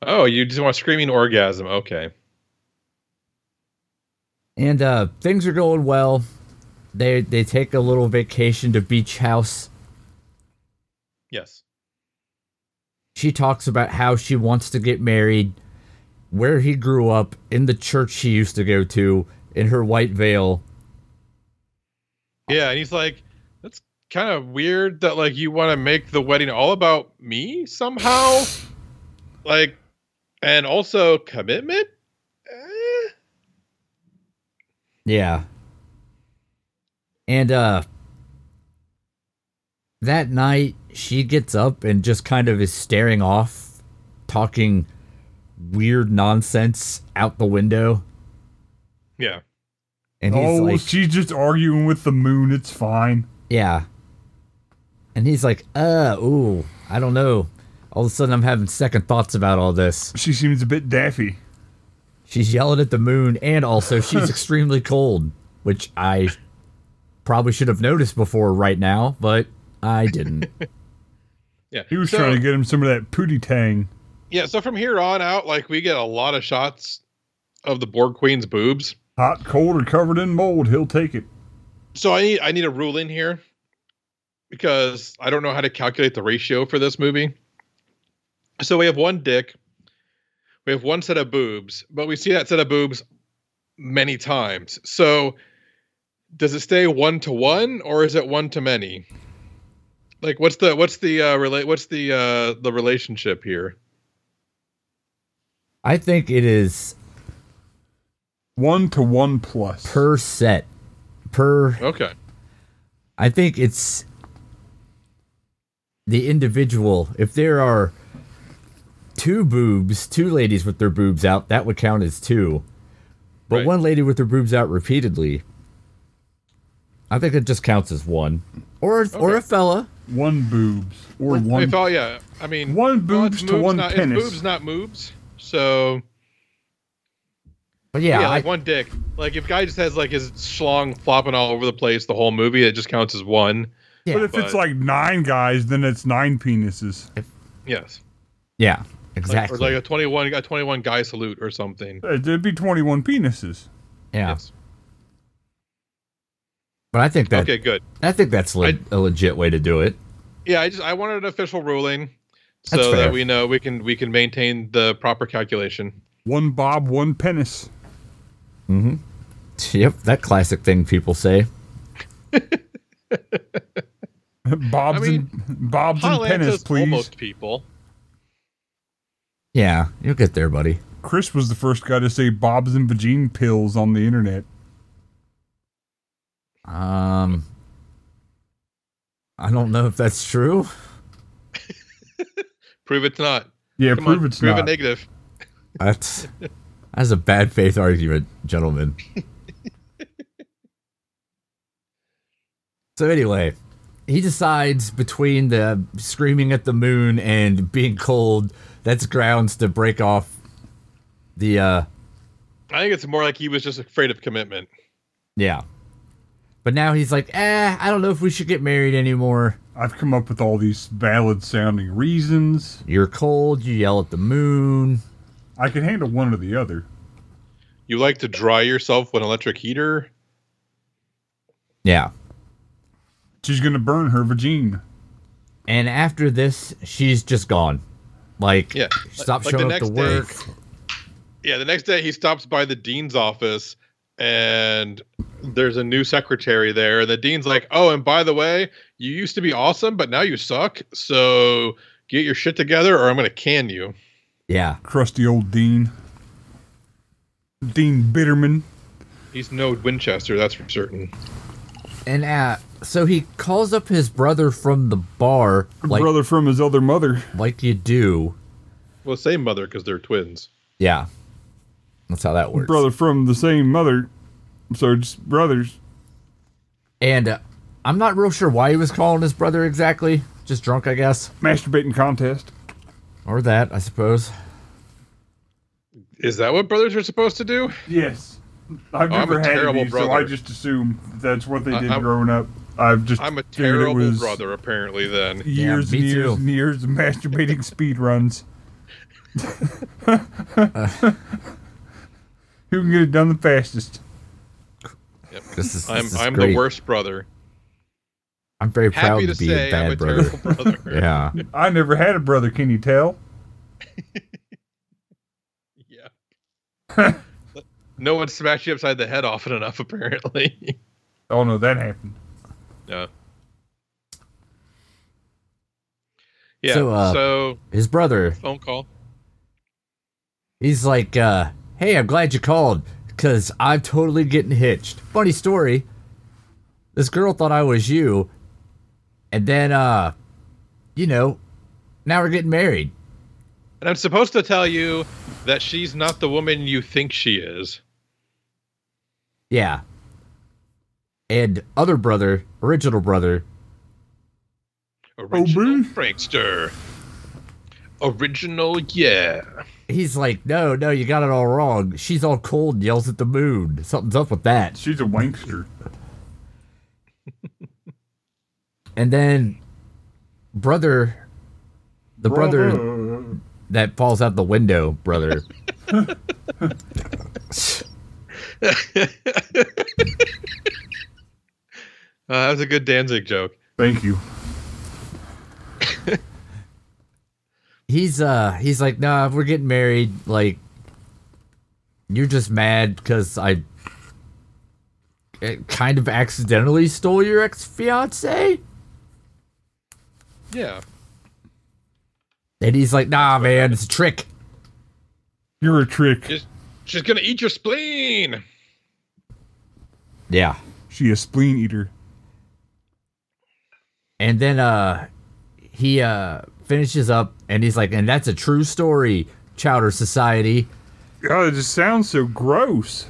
[SPEAKER 3] Oh, you just want screaming orgasm. Okay.
[SPEAKER 1] and uh, things are going well. They they take a little vacation to beach house.
[SPEAKER 3] Yes.
[SPEAKER 1] She talks about how she wants to get married, where he grew up, in the church she used to go to, in her white veil.
[SPEAKER 3] Yeah, and he's like, that's kind of weird that like you want to make the wedding all about me somehow. Like, and also commitment. Eh?
[SPEAKER 1] Yeah. And uh that night she gets up and just kind of is staring off, talking weird nonsense out the window.
[SPEAKER 3] Yeah.
[SPEAKER 1] And he's
[SPEAKER 2] Oh,
[SPEAKER 1] like
[SPEAKER 2] she's just arguing with the moon. It's fine.
[SPEAKER 1] Yeah. And he's like, uh, ooh, I don't know. All of a sudden I'm having second thoughts about all this.
[SPEAKER 2] She seems a bit daffy.
[SPEAKER 1] She's yelling at the moon and also she's extremely cold, which I probably should have noticed before right now, but I didn't.
[SPEAKER 3] Yeah.
[SPEAKER 2] He was
[SPEAKER 3] So-
[SPEAKER 2] trying to get him some of that pooty tang.
[SPEAKER 3] Yeah, so from here on out, like we get a lot of shots of the Borg Queen's boobs.
[SPEAKER 2] Hot, cold, or covered in mold, he'll take it.
[SPEAKER 3] So I need I need a rule in here because I don't know how to calculate the ratio for this movie. So we have one dick, we have one set of boobs, but we see that set of boobs many times. So does it stay one to one or is it one to many? Like what's the what's the uh relate what's the uh the relationship here?
[SPEAKER 1] I think it is
[SPEAKER 2] One to one plus.
[SPEAKER 1] per set. Per
[SPEAKER 3] Okay.
[SPEAKER 1] I think it's the individual. If there are two boobs, two ladies with their boobs out, that would count as two. But
[SPEAKER 3] Right.
[SPEAKER 1] one lady with her boobs out repeatedly, I think it just counts as one. Or or a fella.
[SPEAKER 2] one boobs. Or
[SPEAKER 3] I mean,
[SPEAKER 2] one.
[SPEAKER 3] if all- yeah. I mean,
[SPEAKER 2] One boobs
[SPEAKER 3] it's
[SPEAKER 2] to one
[SPEAKER 3] not,
[SPEAKER 2] penis.
[SPEAKER 3] It's boobs, not moobs. So
[SPEAKER 1] But yeah,
[SPEAKER 3] yeah,
[SPEAKER 1] I,
[SPEAKER 3] like one dick. Like if guy just has like his schlong flopping all over the place the whole movie, it just counts as one.
[SPEAKER 1] yeah,
[SPEAKER 2] But if it's
[SPEAKER 3] But-
[SPEAKER 2] like nine guys, then it's nine penises.
[SPEAKER 3] Yes.
[SPEAKER 1] yeah,
[SPEAKER 3] Like, or
[SPEAKER 1] exactly.
[SPEAKER 3] like a twenty-one, a twenty-one guy salute or something.
[SPEAKER 2] Uh, There'd be 21 penises.
[SPEAKER 1] yeah,
[SPEAKER 3] Yes.
[SPEAKER 1] but I think that
[SPEAKER 3] Okay. Good.
[SPEAKER 1] I think that's le-
[SPEAKER 3] I-
[SPEAKER 1] a legit way to do it.
[SPEAKER 3] Yeah. I just I wanted an official ruling
[SPEAKER 1] That's
[SPEAKER 3] so
[SPEAKER 1] fair.
[SPEAKER 3] that we know we can we can maintain the proper calculation.
[SPEAKER 2] One bob, one penis.
[SPEAKER 1] Yep, that classic thing people say.
[SPEAKER 2] Bob's
[SPEAKER 3] I mean,
[SPEAKER 2] and Bob's and
[SPEAKER 3] Thailand
[SPEAKER 2] penis,
[SPEAKER 3] says
[SPEAKER 2] please.
[SPEAKER 3] almost people.
[SPEAKER 1] Yeah, you'll get there, buddy.
[SPEAKER 2] Chris was the first guy to say Bob's and vagine pills on the internet.
[SPEAKER 1] Um, I don't know if that's true.
[SPEAKER 3] Prove it's not.
[SPEAKER 2] Yeah,
[SPEAKER 3] Come
[SPEAKER 2] prove
[SPEAKER 3] on,
[SPEAKER 2] it's
[SPEAKER 3] prove
[SPEAKER 2] not.
[SPEAKER 3] a negative.
[SPEAKER 1] That's that's a bad faith argument, gentlemen. so anyway, he decides between the screaming at the moon and being cold, that's grounds to break off the uh
[SPEAKER 3] I think it's more like he was just afraid of commitment.
[SPEAKER 1] yeah. But now he's like, eh, I don't know if we should get married anymore.
[SPEAKER 2] I've come up with all these valid sounding reasons.
[SPEAKER 1] You're cold, you yell at the moon.
[SPEAKER 2] I can handle one or the other.
[SPEAKER 3] You like to dry yourself with an electric heater.
[SPEAKER 1] Yeah.
[SPEAKER 2] She's gonna burn her vagine.
[SPEAKER 1] And after this, she's just gone. Like,
[SPEAKER 3] Yeah,
[SPEAKER 1] stop
[SPEAKER 3] like the
[SPEAKER 1] showing up to
[SPEAKER 3] next day.
[SPEAKER 1] work.
[SPEAKER 3] Yeah, the next day he stops by the dean's office and there's a new secretary there. The dean's like, Oh, and by the way, you used to be awesome, but now you suck. So get your shit together or I'm going to can you.
[SPEAKER 1] Yeah,
[SPEAKER 2] Crusty old Dean. Dean Bitterman.
[SPEAKER 3] He's no Winchester, that's for certain.
[SPEAKER 1] and uh, so he calls up his brother from the bar, like
[SPEAKER 2] brother from his other mother.
[SPEAKER 1] like you do.
[SPEAKER 3] Well, same mother because they're twins.
[SPEAKER 1] Yeah, That's how that works.
[SPEAKER 2] brother from the same mother, so just brothers.
[SPEAKER 1] And uh, I'm not real sure why he was calling his brother exactly. Just drunk, I guess,
[SPEAKER 2] Masturbating contest.
[SPEAKER 1] or that, I suppose.
[SPEAKER 3] Is that what brothers are supposed to do?
[SPEAKER 2] Yes, I've
[SPEAKER 3] Oh, I'm
[SPEAKER 2] never
[SPEAKER 3] a
[SPEAKER 2] had
[SPEAKER 3] terrible
[SPEAKER 2] any, so I
[SPEAKER 3] brother.
[SPEAKER 2] just assume that's what they
[SPEAKER 3] I-
[SPEAKER 2] did
[SPEAKER 3] I'm-
[SPEAKER 2] growing up. I've just
[SPEAKER 3] I'm a
[SPEAKER 2] figured
[SPEAKER 3] terrible
[SPEAKER 2] it was
[SPEAKER 3] brother, apparently. Then
[SPEAKER 2] Years
[SPEAKER 1] Yeah,
[SPEAKER 2] and
[SPEAKER 1] me
[SPEAKER 2] years
[SPEAKER 1] too.
[SPEAKER 2] and years of masturbating speed runs. Who can get it done the fastest?
[SPEAKER 3] Yep.
[SPEAKER 1] This is.
[SPEAKER 3] I'm
[SPEAKER 1] this is
[SPEAKER 3] I'm
[SPEAKER 1] great.
[SPEAKER 3] the worst brother.
[SPEAKER 1] I'm very proud
[SPEAKER 3] Happy
[SPEAKER 1] to,
[SPEAKER 3] to
[SPEAKER 1] be a
[SPEAKER 3] say I'm a
[SPEAKER 1] bad brother.
[SPEAKER 3] terrible brother.
[SPEAKER 1] yeah.
[SPEAKER 2] I never had a brother. Can you tell?
[SPEAKER 3] yeah. no one smashed you upside the head often enough, apparently.
[SPEAKER 2] Oh no, that happened.
[SPEAKER 3] yeah. Yeah.
[SPEAKER 1] So, uh,
[SPEAKER 3] so
[SPEAKER 1] His brother.
[SPEAKER 3] phone call.
[SPEAKER 1] He's like, uh, "Hey, I'm glad you called because I'm totally getting hitched." Funny story. This girl thought I was you, and then, uh, you know, now we're getting married.
[SPEAKER 3] And I'm supposed to tell you that she's not the woman you think she is.
[SPEAKER 1] Yeah. And other brother, original brother,
[SPEAKER 3] Original
[SPEAKER 1] Oh,
[SPEAKER 2] man.
[SPEAKER 3] prankster. Original, yeah.
[SPEAKER 1] he's like, no, no, you got it all wrong. She's all cold and yells at the moon. Something's up with that.
[SPEAKER 2] She's a wankster.
[SPEAKER 1] And then, brother, the brother, that falls out the window, brother.
[SPEAKER 3] Uh, that was a good Danzig joke.
[SPEAKER 2] Thank you.
[SPEAKER 1] he's uh, he's like, nah, if we're getting married, like, you're just mad because I eh, kind of accidentally stole your ex fiance.
[SPEAKER 3] Yeah.
[SPEAKER 1] And he's like, nah, man, it's a trick.
[SPEAKER 2] You're a trick.
[SPEAKER 3] She's, she's gonna eat your spleen.
[SPEAKER 1] Yeah.
[SPEAKER 2] She a spleen eater.
[SPEAKER 1] And then uh he uh finishes up and he's like, and that's a true story, Chowder Society.
[SPEAKER 2] God, it just sounds so gross.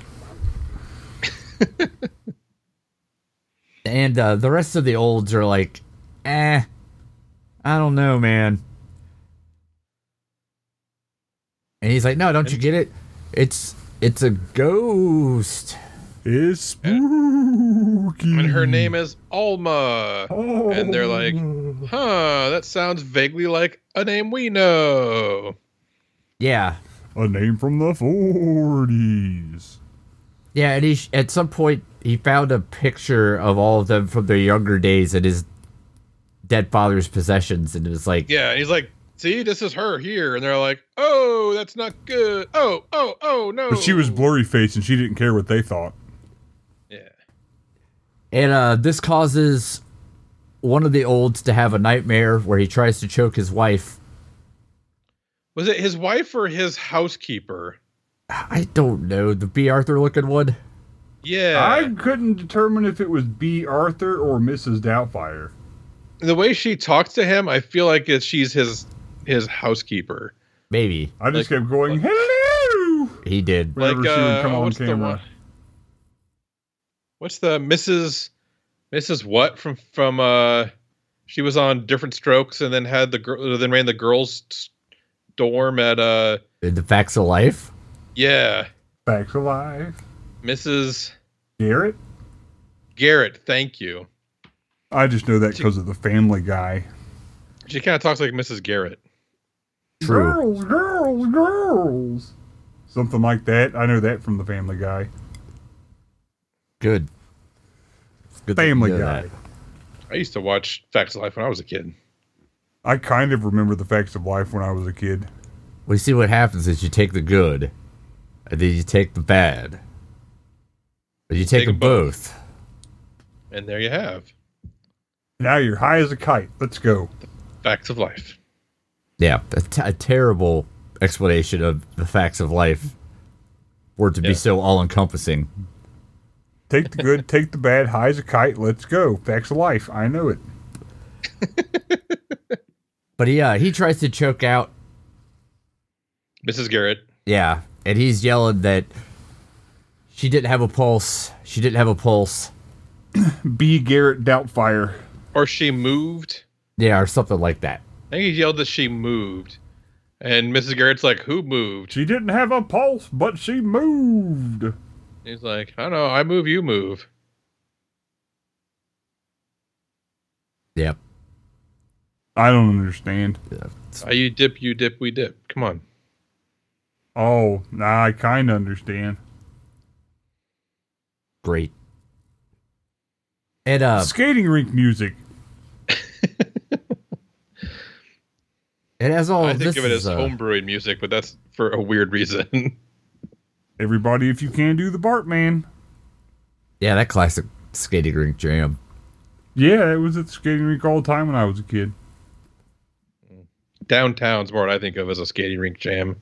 [SPEAKER 1] And uh the rest of the olds are like, eh, I don't know, man. And he's like, No, don't you get it? It's it's a ghost.
[SPEAKER 2] It's spooky.
[SPEAKER 3] And her name is Alma. and they're like,
[SPEAKER 2] Oh.
[SPEAKER 3] Huh, that sounds vaguely like a name we know.
[SPEAKER 1] Yeah.
[SPEAKER 2] a name from the 40s.
[SPEAKER 1] Yeah, and he sh- at some point he found a picture of all of them from their younger days in his dead father's possessions and it was like
[SPEAKER 3] Yeah, and he's like, see, this is her here. And they're like, Oh, that's not good. Oh, oh, oh no.
[SPEAKER 2] But she was blurry faced and she didn't care what they thought.
[SPEAKER 3] Yeah.
[SPEAKER 1] And uh, this causes one of the olds to have a nightmare where he tries to choke his wife.
[SPEAKER 3] Was it his wife or his housekeeper?
[SPEAKER 1] I don't know, the B. Arthur looking one.
[SPEAKER 3] Yeah.
[SPEAKER 2] I couldn't determine if it was B. Arthur or Mrs. Doubtfire.
[SPEAKER 3] the way she talks to him, I feel like it's, she's his his housekeeper.
[SPEAKER 1] Maybe
[SPEAKER 2] I just
[SPEAKER 3] Like-
[SPEAKER 2] kept going, hello!
[SPEAKER 1] he did.
[SPEAKER 2] Whenever
[SPEAKER 3] like
[SPEAKER 2] she would
[SPEAKER 3] uh,
[SPEAKER 2] come on
[SPEAKER 3] what's the
[SPEAKER 2] camera.
[SPEAKER 3] one? What's the Mrs. Mrs. What from from uh? She was on different strokes and then had the girl then ran the girls' s- dorm at uh
[SPEAKER 1] In the facts of life.
[SPEAKER 3] yeah
[SPEAKER 2] Back to life.
[SPEAKER 3] Mrs.
[SPEAKER 2] Garrett?
[SPEAKER 3] Garrett. Thank you.
[SPEAKER 2] I just know that because of the family guy.
[SPEAKER 3] She kind of talks like Mrs. Garrett.
[SPEAKER 1] True.
[SPEAKER 2] Girls, girls, girls. Something like that. I know that from the family guy.
[SPEAKER 1] Good. It's good that you
[SPEAKER 2] Family
[SPEAKER 1] know
[SPEAKER 2] guy.
[SPEAKER 1] that.
[SPEAKER 3] I used to watch Facts of Life when I was a kid.
[SPEAKER 2] I kind of remember the facts of life when I was a kid.
[SPEAKER 1] We see what happens is you take the good, and then you take the bad. But you take,
[SPEAKER 3] 'em
[SPEAKER 1] them both.
[SPEAKER 3] And there you have
[SPEAKER 2] Now you're high as a kite. Let's go.
[SPEAKER 3] Facts of Life.
[SPEAKER 1] Yeah, a, t- a terrible explanation of the facts of life for it to
[SPEAKER 3] Yeah.
[SPEAKER 1] be so all encompassing.
[SPEAKER 2] Take the good, take the bad, high as a kite. Let's go. Facts of life. I know it.
[SPEAKER 1] But he uh, he tries to choke out
[SPEAKER 3] Mrs. Garrett.
[SPEAKER 1] Yeah, and he's yelling that she didn't have a pulse. She didn't have a pulse.
[SPEAKER 2] B. Garrett Doubtfire.
[SPEAKER 3] Or she moved.
[SPEAKER 1] Yeah, or something like that.
[SPEAKER 3] I think he yelled that she moved. And Mrs. Garrett's like, Who moved?
[SPEAKER 2] She didn't have a pulse, but she moved.
[SPEAKER 3] He's like, I don't know. I move, you move.
[SPEAKER 1] Yep.
[SPEAKER 2] I don't understand.
[SPEAKER 3] I, you dip, you dip, we dip. Come on.
[SPEAKER 2] Oh, nah, I kind of understand.
[SPEAKER 1] Great. And uh,
[SPEAKER 2] Skating rink music.
[SPEAKER 1] it has all.
[SPEAKER 3] I think
[SPEAKER 1] this
[SPEAKER 3] of it
[SPEAKER 1] is,
[SPEAKER 3] as
[SPEAKER 1] uh,
[SPEAKER 3] homebrewing music, but that's for a weird reason.
[SPEAKER 2] Everybody, if you can do the Bartman.
[SPEAKER 1] yeah, that classic skating rink jam.
[SPEAKER 2] Yeah, it was at the skating rink all the time when I was a kid.
[SPEAKER 3] Downtown's more what I think of as a skating rink jam.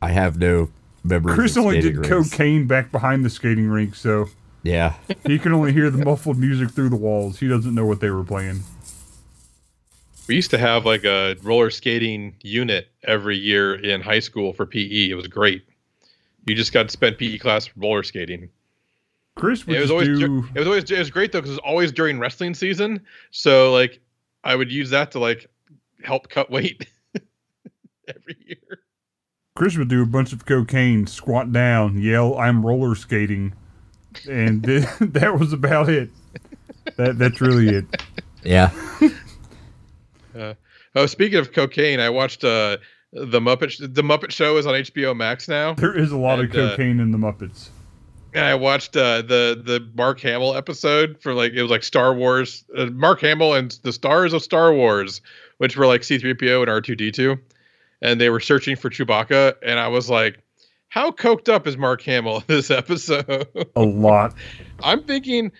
[SPEAKER 1] I have no memories.
[SPEAKER 2] Chris
[SPEAKER 1] of
[SPEAKER 2] only
[SPEAKER 1] skating
[SPEAKER 2] did
[SPEAKER 1] rinks.
[SPEAKER 2] cocaine back behind the skating rink, so
[SPEAKER 1] Yeah,
[SPEAKER 2] he can only hear the muffled music through the walls. He doesn't know what they were playing.
[SPEAKER 3] We used to have like a roller skating unit every year in high school for PE. It was great. You just got to spend PE class roller skating.
[SPEAKER 2] Chris would
[SPEAKER 3] it was
[SPEAKER 2] just
[SPEAKER 3] always
[SPEAKER 2] do.
[SPEAKER 3] dur- it was always it was great though because it was always during wrestling season. So like I would use that to like help cut weight every year.
[SPEAKER 2] Chris would do a bunch of cocaine, squat down, yell, "I'm roller skating," and th- that was about it. That that's really it.
[SPEAKER 1] yeah.
[SPEAKER 3] Oh, speaking of cocaine, I watched uh the Muppet Sh- the Muppet Show is on HBO Max now.
[SPEAKER 2] There is a lot of
[SPEAKER 3] And, uh,
[SPEAKER 2] cocaine in the Muppets.
[SPEAKER 3] And I watched uh, the the Mark Hamill episode for like it was like Star Wars, uh, Mark Hamill and the stars of Star Wars, which were like C-3PO and R2D2, and they were searching for Chewbacca, and I was like, how coked up is Mark Hamill in this episode?
[SPEAKER 2] A lot.
[SPEAKER 3] I'm thinking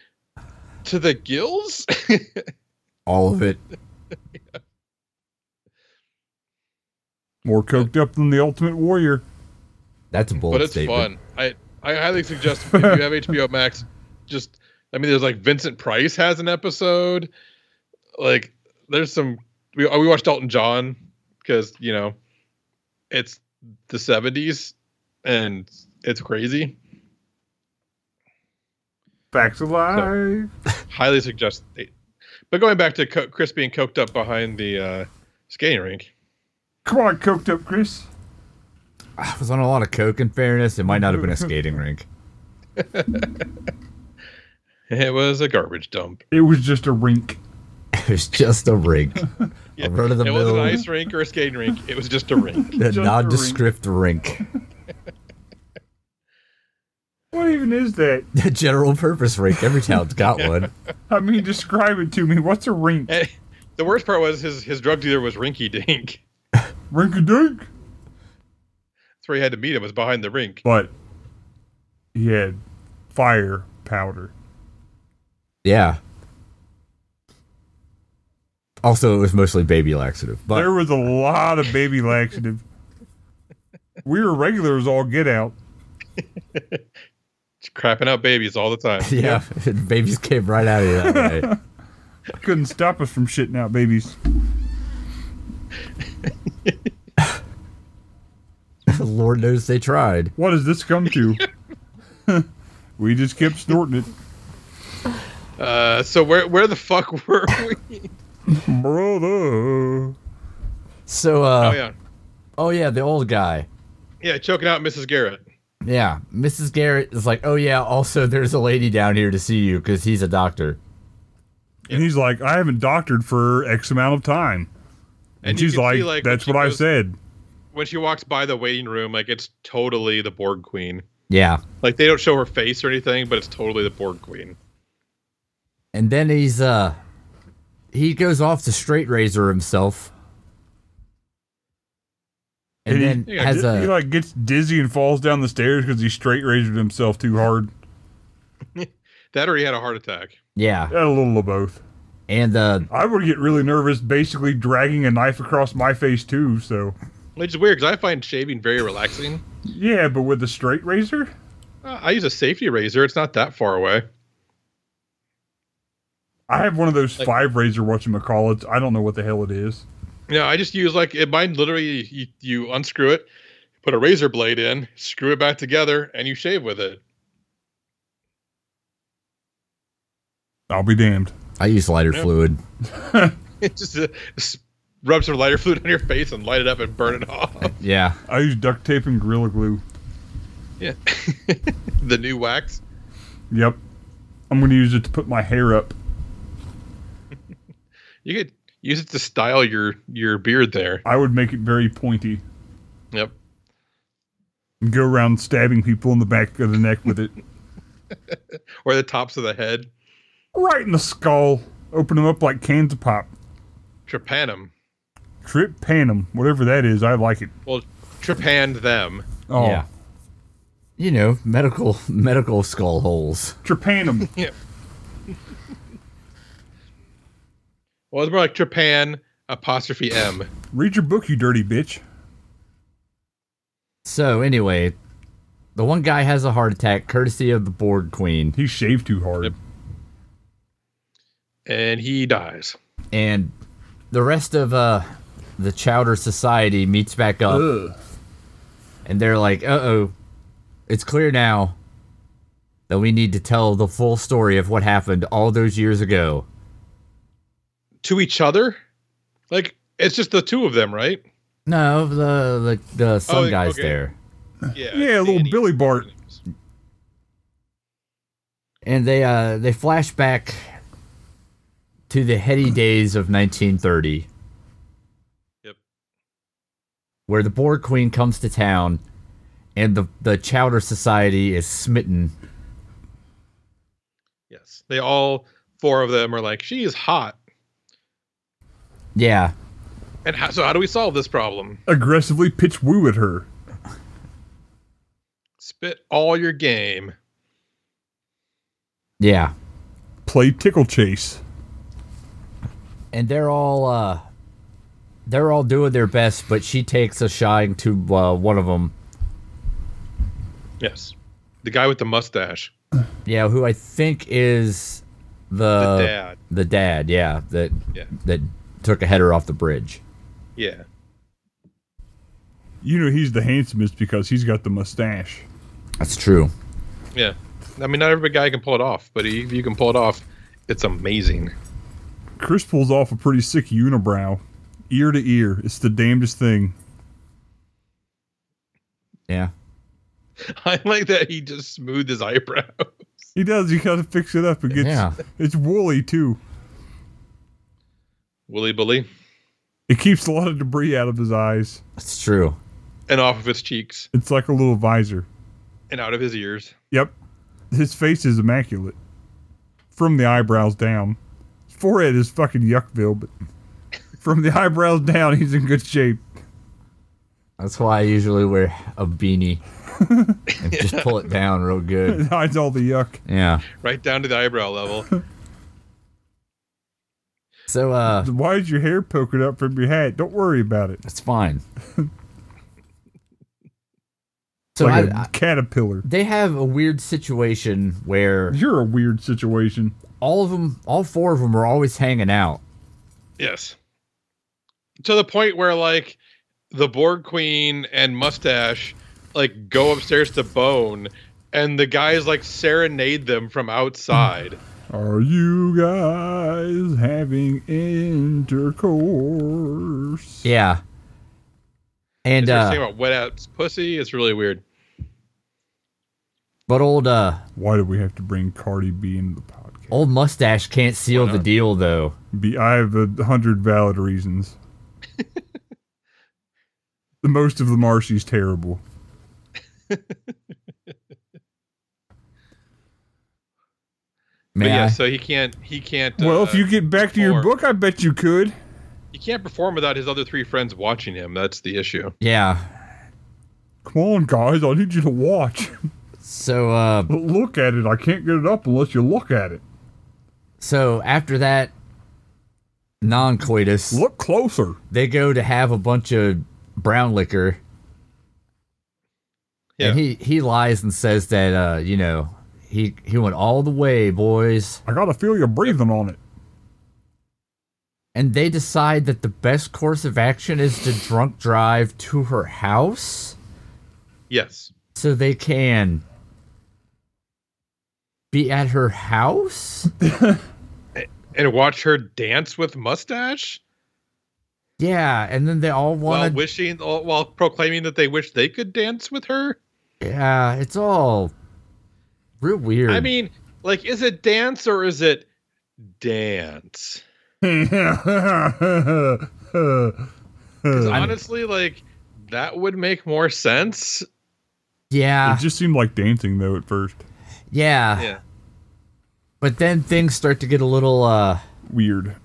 [SPEAKER 3] to the gills.
[SPEAKER 1] All of it.
[SPEAKER 2] More coked up than the Ultimate Warrior.
[SPEAKER 1] That's a bold
[SPEAKER 3] but it's
[SPEAKER 1] statement.
[SPEAKER 3] fun. I I highly suggest if you have HBO Max, just I mean, there's like Vincent Price has an episode. Like, there's some we uh, we watched Elton John because you know it's the '70s and it's crazy.
[SPEAKER 2] Facts alive.
[SPEAKER 3] Highly suggest. It. But going back to co- Chris being coked up behind the uh, skating rink,
[SPEAKER 2] Come on, coked up, Chris.
[SPEAKER 1] I was on a lot of coke. In fairness, it might not have been a skating rink.
[SPEAKER 3] it was a garbage dump.
[SPEAKER 2] It was just a rink.
[SPEAKER 1] It was just a rink, a run of the
[SPEAKER 3] It wasn't
[SPEAKER 1] mill,
[SPEAKER 3] an ice rink or a skating rink. It was just a rink.
[SPEAKER 1] a
[SPEAKER 2] just a
[SPEAKER 1] nondescript rink.
[SPEAKER 2] What even is that?
[SPEAKER 1] The general purpose rink. Every town's got one.
[SPEAKER 2] I mean, describe it to me. What's a rink?
[SPEAKER 3] And Eh, the worst part was his his drug dealer was Rinky Dink.
[SPEAKER 2] Rink a dink.
[SPEAKER 3] That's where he had to meet him was behind the rink.
[SPEAKER 2] But he had fire powder.
[SPEAKER 1] Yeah. Also, it was mostly baby laxative, but
[SPEAKER 2] There was a lot of baby laxative. We were regulars all get out.
[SPEAKER 3] Just crapping out babies all the time.
[SPEAKER 1] yeah, babies came right out of you that way.
[SPEAKER 2] Couldn't stop us from shitting out babies.
[SPEAKER 1] Lord knows they tried.
[SPEAKER 2] What does this come to? we just kept snorting it.
[SPEAKER 3] Uh, so where where the fuck were we?
[SPEAKER 2] Brother.
[SPEAKER 1] So, uh,
[SPEAKER 3] oh yeah,
[SPEAKER 1] oh yeah, the old guy.
[SPEAKER 3] yeah, choking out Mrs. Garrett.
[SPEAKER 1] Yeah, Mrs. Garrett is like, oh yeah. Also, there's a lady down here to see you because he's a doctor.
[SPEAKER 2] And he's like, I haven't doctored for X amount of time. And,
[SPEAKER 3] you
[SPEAKER 2] she's
[SPEAKER 3] can
[SPEAKER 2] like,
[SPEAKER 3] see, when
[SPEAKER 2] that's
[SPEAKER 3] she
[SPEAKER 2] what I
[SPEAKER 3] goes-
[SPEAKER 2] said.
[SPEAKER 3] When she walks by the waiting room, like it's totally the Borg Queen.
[SPEAKER 1] Yeah,
[SPEAKER 3] Like they don't show her face or anything, but it's totally the Borg Queen.
[SPEAKER 1] and then he's uh, he goes off to straight razor himself, and,
[SPEAKER 2] And
[SPEAKER 1] then
[SPEAKER 3] yeah,
[SPEAKER 1] has
[SPEAKER 2] He
[SPEAKER 1] a
[SPEAKER 2] like gets dizzy and falls down the stairs because he straight razored himself too hard.
[SPEAKER 3] That or he had a heart attack.
[SPEAKER 1] yeah,
[SPEAKER 2] A little of both.
[SPEAKER 1] and uh,
[SPEAKER 2] I would get really nervous, basically dragging a knife across my face too. So
[SPEAKER 3] Which is weird because I find shaving very relaxing.
[SPEAKER 2] yeah, but with a straight razor,
[SPEAKER 3] Uh, I use a safety razor. It's not that far away.
[SPEAKER 2] I have one of those
[SPEAKER 3] Like-
[SPEAKER 2] five razor watching McCall. It's I don't know what the hell it is.
[SPEAKER 3] No, I just use like it. Mine literally, you, you unscrew it, put a razor blade in, screw it back together, and you shave with it.
[SPEAKER 2] I'll be damned.
[SPEAKER 1] I use lighter
[SPEAKER 3] Yeah.
[SPEAKER 1] fluid.
[SPEAKER 3] It just, uh, s rub some lighter fluid on your face and light it up and burn it off.
[SPEAKER 1] Yeah.
[SPEAKER 2] I use duct tape and gorilla glue.
[SPEAKER 3] Yeah, the new wax.
[SPEAKER 2] Yep. I'm gonna use it to put my hair up.
[SPEAKER 3] You could use it to style your your beard there.
[SPEAKER 2] I would make it very pointy
[SPEAKER 3] Yep.
[SPEAKER 2] and go around stabbing people in the back of the neck with it.
[SPEAKER 3] Or the tops of the head.
[SPEAKER 2] Right in the skull. Open them up like cans of pop.
[SPEAKER 3] Trepanum.
[SPEAKER 2] Trip Panem, whatever that is, I like it.
[SPEAKER 3] Well, trepanned them.
[SPEAKER 2] Oh,
[SPEAKER 1] Yeah. You know, medical medical skull holes.
[SPEAKER 2] Trepanum.
[SPEAKER 3] Yeah. well, it's more like trepan apostrophe m.
[SPEAKER 2] Read your book, you dirty bitch.
[SPEAKER 1] So anyway, the one guy has a heart attack courtesy of the Borg Queen.
[SPEAKER 2] He shaved too hard.
[SPEAKER 3] Yep. and he dies.
[SPEAKER 1] and the rest of uh the chowder society meets back up
[SPEAKER 2] Ugh.
[SPEAKER 1] and they're like uh-oh it's clear now that we need to tell the full story of what happened all those years ago
[SPEAKER 3] To each other? Like, it's just the two of them, right?
[SPEAKER 1] no the the, the some
[SPEAKER 3] Oh,
[SPEAKER 1] guys
[SPEAKER 3] okay.
[SPEAKER 1] there
[SPEAKER 2] Yeah, little
[SPEAKER 3] Danny.
[SPEAKER 2] Billy Bart.
[SPEAKER 1] and they uh they flash back to the heady days of 1930
[SPEAKER 3] Yep.
[SPEAKER 1] where the board queen comes to town and the the chowder society is smitten
[SPEAKER 3] Yes. They all, four of them are like, she is hot.
[SPEAKER 1] yeah
[SPEAKER 3] And how, so, how do we solve this problem?
[SPEAKER 2] Aggressively pitch woo at her.
[SPEAKER 3] Spit all your game.
[SPEAKER 1] yeah
[SPEAKER 2] Play tickle chase.
[SPEAKER 1] and they're all uh they're all doing their best but she takes a shine to uh, one of them
[SPEAKER 3] Yes. The guy with the mustache.
[SPEAKER 1] yeah who i think is the
[SPEAKER 2] Uh,
[SPEAKER 3] the dad.
[SPEAKER 1] the dad, yeah that
[SPEAKER 3] Yeah.
[SPEAKER 1] that took a header off the bridge
[SPEAKER 3] Yeah.
[SPEAKER 2] You know he's the handsomest because he's got the mustache.
[SPEAKER 1] that's true
[SPEAKER 3] Yeah. I mean, not every guy can pull it off, but if you can pull it off, it's amazing.
[SPEAKER 2] Chris pulls off a pretty sick unibrow. Ear to ear. It's the damnedest thing.
[SPEAKER 1] yeah
[SPEAKER 3] I like that he just smoothed his eyebrow.
[SPEAKER 2] He does. You gotta fix it up. It gets.
[SPEAKER 1] Yeah.
[SPEAKER 2] It's woolly too.
[SPEAKER 3] Willy Bully.
[SPEAKER 2] It keeps a lot of debris out of his eyes.
[SPEAKER 1] that's true
[SPEAKER 3] And off of his cheeks
[SPEAKER 2] It's like a little visor.
[SPEAKER 3] and out of his ears.
[SPEAKER 2] Yep. His face is immaculate. From the eyebrows down. His forehead is fucking yuckville, but from the eyebrows down, he's in good shape.
[SPEAKER 1] that's why i usually wear a beanie and just pull it down real good
[SPEAKER 2] It hides all the yuck.
[SPEAKER 1] yeah
[SPEAKER 3] right down to the eyebrow level.
[SPEAKER 1] so uh
[SPEAKER 2] Why is your hair poking up from your hat? Don't worry about it.
[SPEAKER 1] it's fine
[SPEAKER 2] It's
[SPEAKER 1] so
[SPEAKER 2] like a
[SPEAKER 1] I- I-
[SPEAKER 2] caterpillar.
[SPEAKER 1] they have a weird situation where
[SPEAKER 2] You're a weird situation.
[SPEAKER 1] all of them all four of them are always hanging out
[SPEAKER 3] Yes. To the point where like the Borg Queen and Mustache like go upstairs to Bone and the guys like serenade them from outside.
[SPEAKER 2] Are you guys having intercourse?
[SPEAKER 1] Yeah. And
[SPEAKER 3] And uh,
[SPEAKER 1] uh,
[SPEAKER 3] about wet ass pussy. It's really weird.
[SPEAKER 1] but old uh
[SPEAKER 2] Why do we have to bring Cardi B into the podcast?
[SPEAKER 1] old mustache can't seal the
[SPEAKER 3] not?
[SPEAKER 1] deal though.
[SPEAKER 2] Be, I have a hundred valid reasons. the most of the Marcy's terrible.
[SPEAKER 3] But
[SPEAKER 1] May
[SPEAKER 3] yeah,
[SPEAKER 1] I?
[SPEAKER 3] so he can't he can't
[SPEAKER 2] well,
[SPEAKER 3] uh,
[SPEAKER 2] if you get back to your
[SPEAKER 3] or-
[SPEAKER 2] book, I bet you could.
[SPEAKER 3] he can't perform without his other three friends watching him. That's the issue.
[SPEAKER 1] yeah.
[SPEAKER 2] Come on, guys, I need you to watch.
[SPEAKER 1] So uh
[SPEAKER 2] But look at it. I can't get it up unless you look at it.
[SPEAKER 1] so after that non coitus
[SPEAKER 2] Look closer.
[SPEAKER 1] they go to have a bunch of brown liquor.
[SPEAKER 3] Yeah.
[SPEAKER 1] And he he lies and says that uh, you know, he he went all the way, boys.
[SPEAKER 2] I gotta feel you breathing on it.
[SPEAKER 1] and they decide that the best course of action is to drunk drive to her house
[SPEAKER 3] Yes.
[SPEAKER 1] so they can be at her house?
[SPEAKER 3] And watch her dance with mustache
[SPEAKER 1] Yeah, and then they all
[SPEAKER 3] while
[SPEAKER 1] want to.
[SPEAKER 3] wishing while proclaiming that they wish they could dance with her.
[SPEAKER 1] Yeah, it's all real weird.
[SPEAKER 3] I mean, like is it dance or is it dance? Because
[SPEAKER 2] it
[SPEAKER 3] honestly, like that would make more sense.
[SPEAKER 1] yeah,
[SPEAKER 2] just seemed like dancing though at first.
[SPEAKER 1] yeah,
[SPEAKER 3] Yeah.
[SPEAKER 1] But then things start to get a little. uh
[SPEAKER 2] Weird.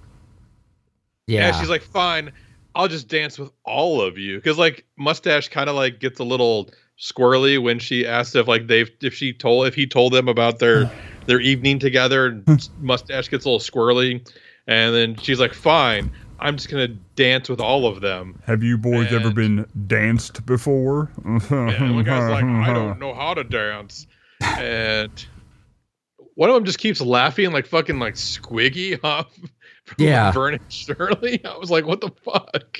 [SPEAKER 1] Yeah,
[SPEAKER 3] Yeah. she's like, fine, I'll just dance with all of you. Because like mustache kind of like gets a little squirrely when she asks if like they've if she told if he told them about their their evening together and mustache gets a little squirrely and then she's like fine i'm just gonna dance with all of them
[SPEAKER 2] Have you boys ever
[SPEAKER 3] And-
[SPEAKER 2] been danced before?
[SPEAKER 3] Yeah,
[SPEAKER 2] Mm-hmm.
[SPEAKER 3] and one guy's like, I don't know how to dance. And one of them just keeps laughing like fucking like Squiggy huh? from
[SPEAKER 1] Yeah.
[SPEAKER 3] Vernon Shirley. I was like, what the fuck?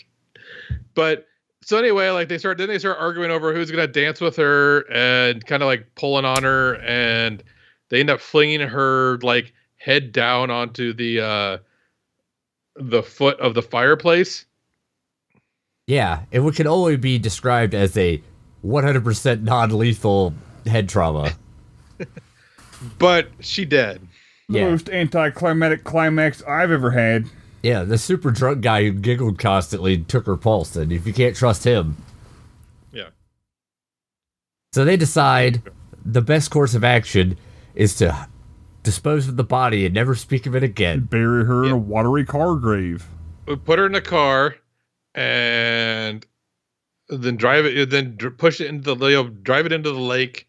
[SPEAKER 3] But so anyway, like they start then they start arguing over who's gonna dance with her and kind of like pulling on her and they end up flinging her like head down onto the uh the foot of the fireplace.
[SPEAKER 1] yeah. It would- could only be described as a 100% non-lethal head trauma.
[SPEAKER 3] But she dead.
[SPEAKER 2] The
[SPEAKER 1] Yeah.
[SPEAKER 2] most anticlimactic climax I've ever had.
[SPEAKER 1] Yeah, the super drunk guy who giggled constantly took her pulse, and if you can't trust him.
[SPEAKER 3] Yeah.
[SPEAKER 1] So they decide the best course of action is to dispose of the body and never speak of it again.
[SPEAKER 2] Bury her in a watery car grave.
[SPEAKER 3] we put her in a car and then drive it then dr- push it into the you know, drive it into the lake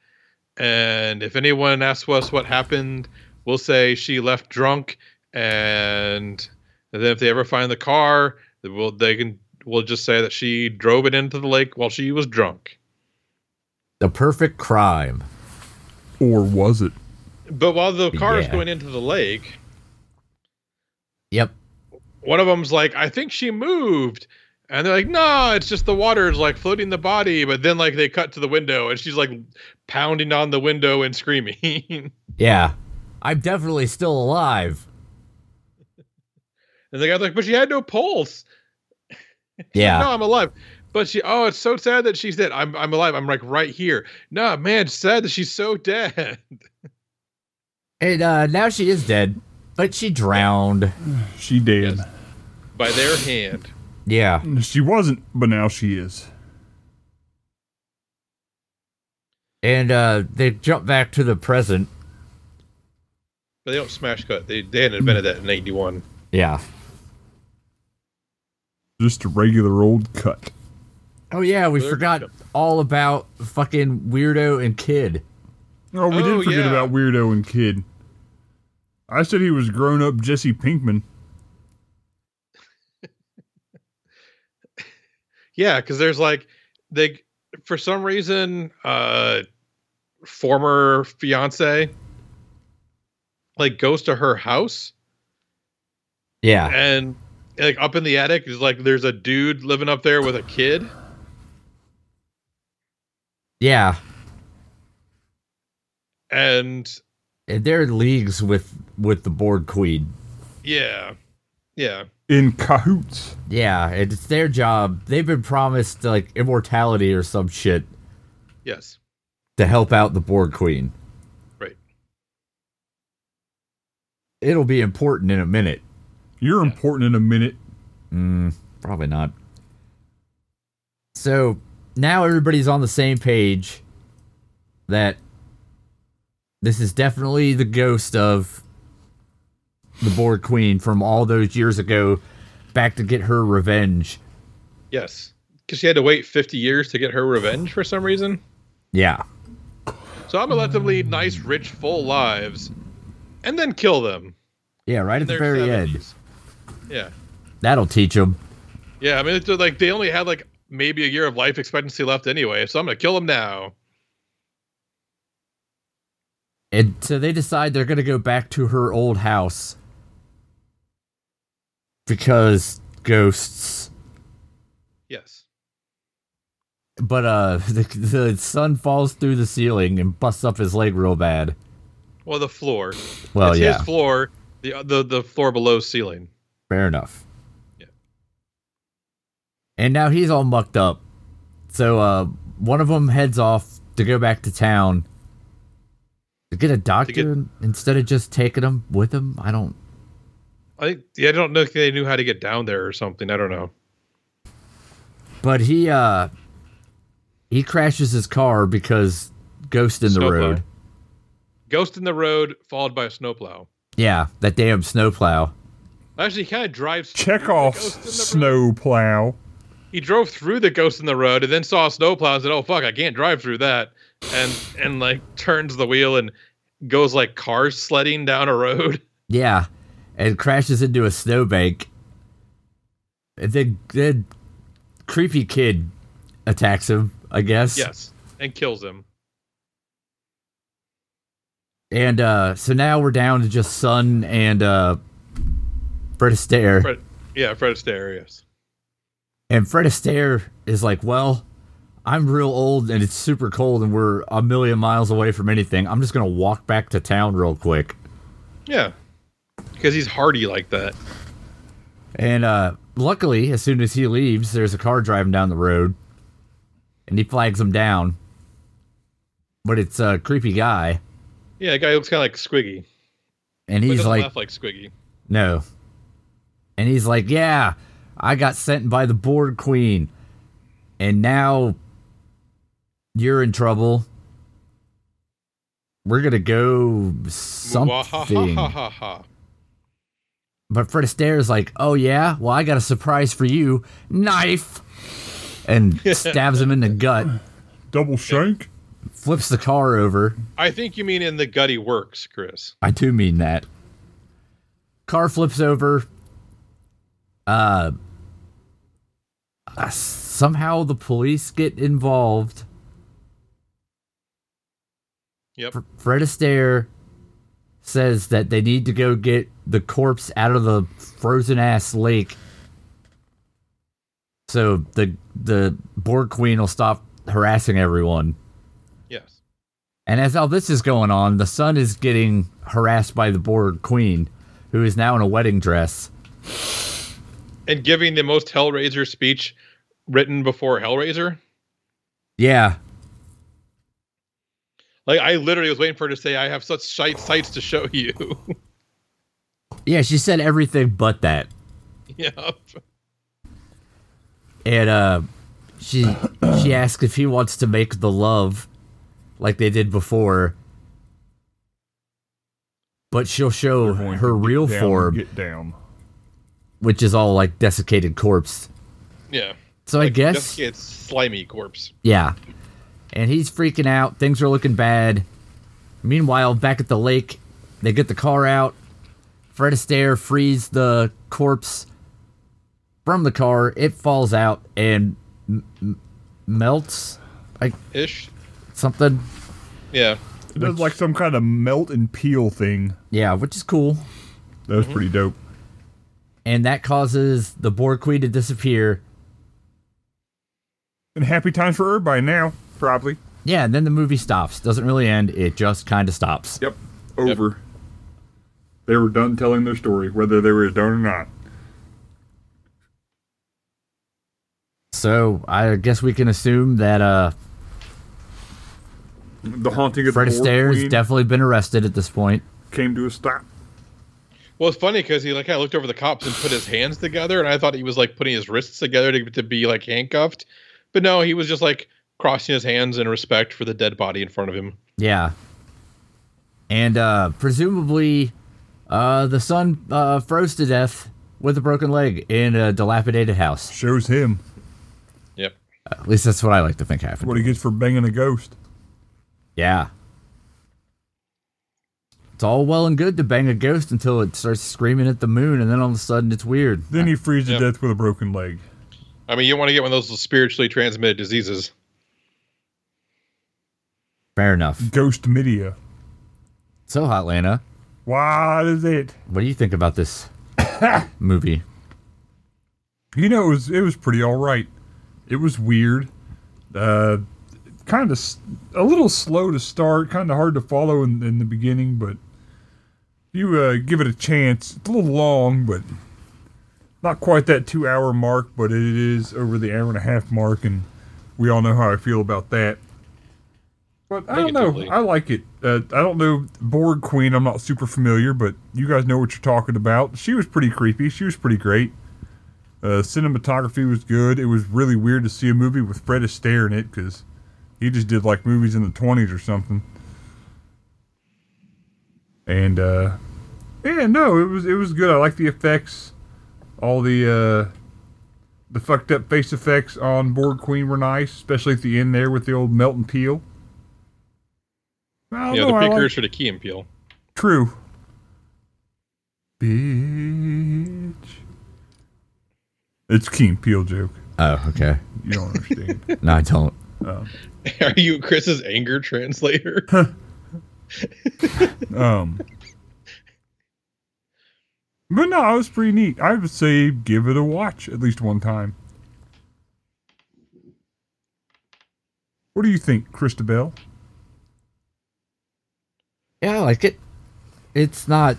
[SPEAKER 3] and if anyone asks us what happened we'll say she left drunk and then if they ever find the car they will they can we'll just say that she drove it into the lake while she was drunk
[SPEAKER 1] The perfect crime.
[SPEAKER 2] Or was it?
[SPEAKER 3] but while the car is
[SPEAKER 1] Yeah.
[SPEAKER 3] going into the lake
[SPEAKER 1] Yep.
[SPEAKER 3] one of them's like, I think she moved. And they're like, no, it's just the water's like floating the body. But then like they cut to the window and she's like pounding on the window and screaming.
[SPEAKER 1] Yeah. I'm definitely still alive.
[SPEAKER 3] and the guy's like, but she had no pulse. No,
[SPEAKER 1] Yeah.
[SPEAKER 3] I'm alive. But she, oh, it's so sad that she's dead. I'm, I'm alive. I'm like right here. No, man, it's sad that she's so dead.
[SPEAKER 1] And uh, now she is dead, but she drowned.
[SPEAKER 2] She did.
[SPEAKER 3] By their hand.
[SPEAKER 1] Yeah.
[SPEAKER 2] She wasn't, but now she is.
[SPEAKER 1] And uh, they jump back to the present.
[SPEAKER 3] But they don't smash cut. They, they hadn't invented that in 81.
[SPEAKER 1] Yeah.
[SPEAKER 2] Just a regular old cut.
[SPEAKER 1] Oh yeah, we
[SPEAKER 3] They're-
[SPEAKER 1] forgot all about fucking weirdo and kid.
[SPEAKER 2] Oh, we
[SPEAKER 3] Oh,
[SPEAKER 2] did forget
[SPEAKER 3] yeah.
[SPEAKER 2] about Weirdo and Kid. I said he was grown up Jesse Pinkman.
[SPEAKER 3] Yeah, because there's like they for some reason uh former fiance like goes to her house
[SPEAKER 1] Yeah.
[SPEAKER 3] and like up in the attic is like there's a dude living up there with a kid.
[SPEAKER 1] Yeah.
[SPEAKER 3] And
[SPEAKER 1] And they're in leagues with with the board queen.
[SPEAKER 3] yeah. Yeah.
[SPEAKER 2] In cahoots.
[SPEAKER 1] Yeah, and it's their job. They've been promised like immortality or some shit
[SPEAKER 3] Yes.
[SPEAKER 1] to help out the board queen.
[SPEAKER 3] Right.
[SPEAKER 1] It'll be important in a minute.
[SPEAKER 2] You're important in a minute.
[SPEAKER 1] Mm, probably not. So now everybody's on the same page that this is definitely the ghost of the board queen from all those years ago back to get her revenge.
[SPEAKER 3] Yes. Cause she had to wait 50 years to get her revenge for some reason.
[SPEAKER 1] Yeah.
[SPEAKER 3] So I'm gonna let them lead nice, rich, full lives and then kill them.
[SPEAKER 1] Yeah, right at the
[SPEAKER 3] They're
[SPEAKER 1] very end.
[SPEAKER 3] 70s. Yeah.
[SPEAKER 1] That'll teach them.
[SPEAKER 3] Yeah, I mean, it's like they only had like maybe a year of life expectancy left anyway, so I'm gonna kill them now.
[SPEAKER 1] And so they decide they're going to go back to her old house. because ghosts.
[SPEAKER 3] Yes.
[SPEAKER 1] But uh, the, the son falls through the ceiling and busts up his leg real bad.
[SPEAKER 3] Well, the floor.
[SPEAKER 1] Well,
[SPEAKER 3] it's
[SPEAKER 1] yeah,
[SPEAKER 3] his floor. The, uh, the the floor below ceiling.
[SPEAKER 1] fair enough.
[SPEAKER 3] Yeah.
[SPEAKER 1] And now he's all mucked up. So uh, one of them heads off to go back to town to get a doctor instead of just taking him with him. I don't.
[SPEAKER 3] I yeah, I don't know if they knew how to get down there or something. I don't know.
[SPEAKER 1] But he uh he crashes his car because ghost in the
[SPEAKER 3] Snowplow.
[SPEAKER 1] road.
[SPEAKER 3] Ghost in the road, followed by a snowplow.
[SPEAKER 1] Yeah, that damn snowplow.
[SPEAKER 3] Actually, he kind of drives.
[SPEAKER 2] Chekhov's
[SPEAKER 3] Ghost in the
[SPEAKER 2] snow plow.
[SPEAKER 3] He drove through the ghost in the road and then saw a snowplow and said, "Oh fuck, I can't drive through that," and and like turns the wheel and goes like cars sledding down a road.
[SPEAKER 1] Yeah, and crashes into a snowbank. And then then creepy kid attacks him. I guess.
[SPEAKER 3] Yes, and kills him.
[SPEAKER 1] And uh, so now we're down to just Sun and uh, Fred Astaire.
[SPEAKER 3] Fred, yeah, Fred Astaire. Yes.
[SPEAKER 1] And Fred Astaire is like, well, I'm real old and it's super cold and we're a million miles away from anything. I'm just gonna walk back to town real quick.
[SPEAKER 3] Yeah, because he's hardy like that.
[SPEAKER 1] And uh, luckily, as soon as he leaves, there's a car driving down the road, and he flags him down. But it's a creepy guy,
[SPEAKER 3] Yeah, the guy looks kind of like Squiggy.
[SPEAKER 1] and
[SPEAKER 3] But
[SPEAKER 1] he's
[SPEAKER 3] doesn't
[SPEAKER 1] like,
[SPEAKER 3] laugh like Squiggy.
[SPEAKER 1] "No," and he's like, "Yeah, I got sent by the board queen, and now you're in trouble. We're gonna go something."
[SPEAKER 3] Wahahahaha.
[SPEAKER 1] But Fred Astaire is like, "Oh yeah, well I got a surprise for you, knife," and stabs him in the gut,
[SPEAKER 2] Double shank?
[SPEAKER 1] flips the car over.
[SPEAKER 3] I think you mean in the Gutty Works, Chris.
[SPEAKER 1] I do mean that. Car flips over. Uh, uh, somehow the police get involved.
[SPEAKER 3] Yep.
[SPEAKER 1] F- Fred Astaire says that they need to go get the corpse out of the frozen ass lake. So the the board queen will stop harassing everyone.
[SPEAKER 3] Yes.
[SPEAKER 1] And as all this is going on, the son is getting harassed by the board queen, who is now in a wedding dress.
[SPEAKER 3] And giving the most Hellraiser speech written before Hellraiser.
[SPEAKER 1] Yeah,
[SPEAKER 3] Like I literally was waiting for her to say, "I have such sight, sights to show you."
[SPEAKER 1] yeah, she said everything but that.
[SPEAKER 3] yep.
[SPEAKER 1] and uh, she she asks if he wants to make the love like they did before, but she'll show
[SPEAKER 2] Going
[SPEAKER 1] her
[SPEAKER 2] to get
[SPEAKER 1] real
[SPEAKER 2] down,
[SPEAKER 1] form,
[SPEAKER 2] Get down.
[SPEAKER 1] which is all like desiccated corpse.
[SPEAKER 3] Yeah.
[SPEAKER 1] So I guess
[SPEAKER 3] it's slimy corpse.
[SPEAKER 1] yeah, and he's freaking out. Things are looking bad. Meanwhile, back at the lake, they get the car out. Fred Astaire frees the corpse from the car. It falls out and m- m- melts. Like
[SPEAKER 3] Ish.
[SPEAKER 1] something.
[SPEAKER 3] Yeah.
[SPEAKER 2] It does like some kind of melt and peel thing.
[SPEAKER 1] Yeah, which is cool.
[SPEAKER 2] That was pretty dope.
[SPEAKER 1] And that causes the boar queen to disappear.
[SPEAKER 2] And happy times for everybody now, probably.
[SPEAKER 1] Yeah, and then the movie stops. Doesn't really end. It just kind of stops.
[SPEAKER 2] Yep. Over. They were done telling their story, whether they were done or not.
[SPEAKER 1] So I guess we can assume that uh,
[SPEAKER 2] The haunting of
[SPEAKER 1] Fred
[SPEAKER 2] the Boar
[SPEAKER 1] Astaire's
[SPEAKER 2] Queen
[SPEAKER 1] definitely been arrested at this point.
[SPEAKER 2] came to a stop.
[SPEAKER 3] Well, it's funny because he like kind of looked over the cops and put his hands together, and I thought he was like putting his wrists together to, to be like handcuffed, but no, he was just like crossing his hands in respect for the dead body in front of him.
[SPEAKER 1] Yeah. And uh, presumably, uh, the son uh, froze to death with a broken leg in a dilapidated house.
[SPEAKER 2] Shows him
[SPEAKER 3] Yep.
[SPEAKER 1] At least that's what I like to think happened.
[SPEAKER 2] what he gets for banging a ghost.
[SPEAKER 1] Yeah. It's all well and good to bang a ghost until it starts screaming at the moon, and then all of a sudden it's weird.
[SPEAKER 2] Then he frees
[SPEAKER 3] Yeah.
[SPEAKER 2] to death with a broken leg.
[SPEAKER 3] I mean, you want to get one of those spiritually transmitted diseases.
[SPEAKER 1] Fair enough.
[SPEAKER 2] Ghost media.
[SPEAKER 1] So, Hotlanta,
[SPEAKER 2] What is it?
[SPEAKER 1] what do you think about this movie?
[SPEAKER 2] You know, it was it was pretty all right. It was weird, uh, kind of s- a little slow to start, kind of hard to follow in, in the beginning, but you uh, give it a chance. It's a little long, but not quite that two hour mark, but it is over the hour and a half mark, and we all know how I feel about that. But I don't know.
[SPEAKER 3] Negatively.
[SPEAKER 2] I like it. Uh, I don't know Borg Queen. I'm not super familiar, but you guys know what you're talking about. She was pretty creepy. She was pretty great. Uh, cinematography was good. It was really weird to see a movie with Fred Astaire in it because he just did like movies in the 20s or something. And uh, yeah, no, it was it was good. I like the effects, all the uh, the fucked up face effects on Board Queen were nice, especially at the end there with the old melt and peel. I don't
[SPEAKER 3] Yeah,
[SPEAKER 2] know,
[SPEAKER 3] the
[SPEAKER 2] I like-
[SPEAKER 3] precursor to Key and Peele.
[SPEAKER 2] True. Bitch. It's Keen Peel joke.
[SPEAKER 1] Oh, okay.
[SPEAKER 2] You don't understand.
[SPEAKER 1] No, I don't.
[SPEAKER 3] Are you Chris's anger translator?
[SPEAKER 2] um, but no, it was pretty neat. I would say give it a watch at least one time. What do you think, Christabel?
[SPEAKER 1] Yeah, I like it. It's not.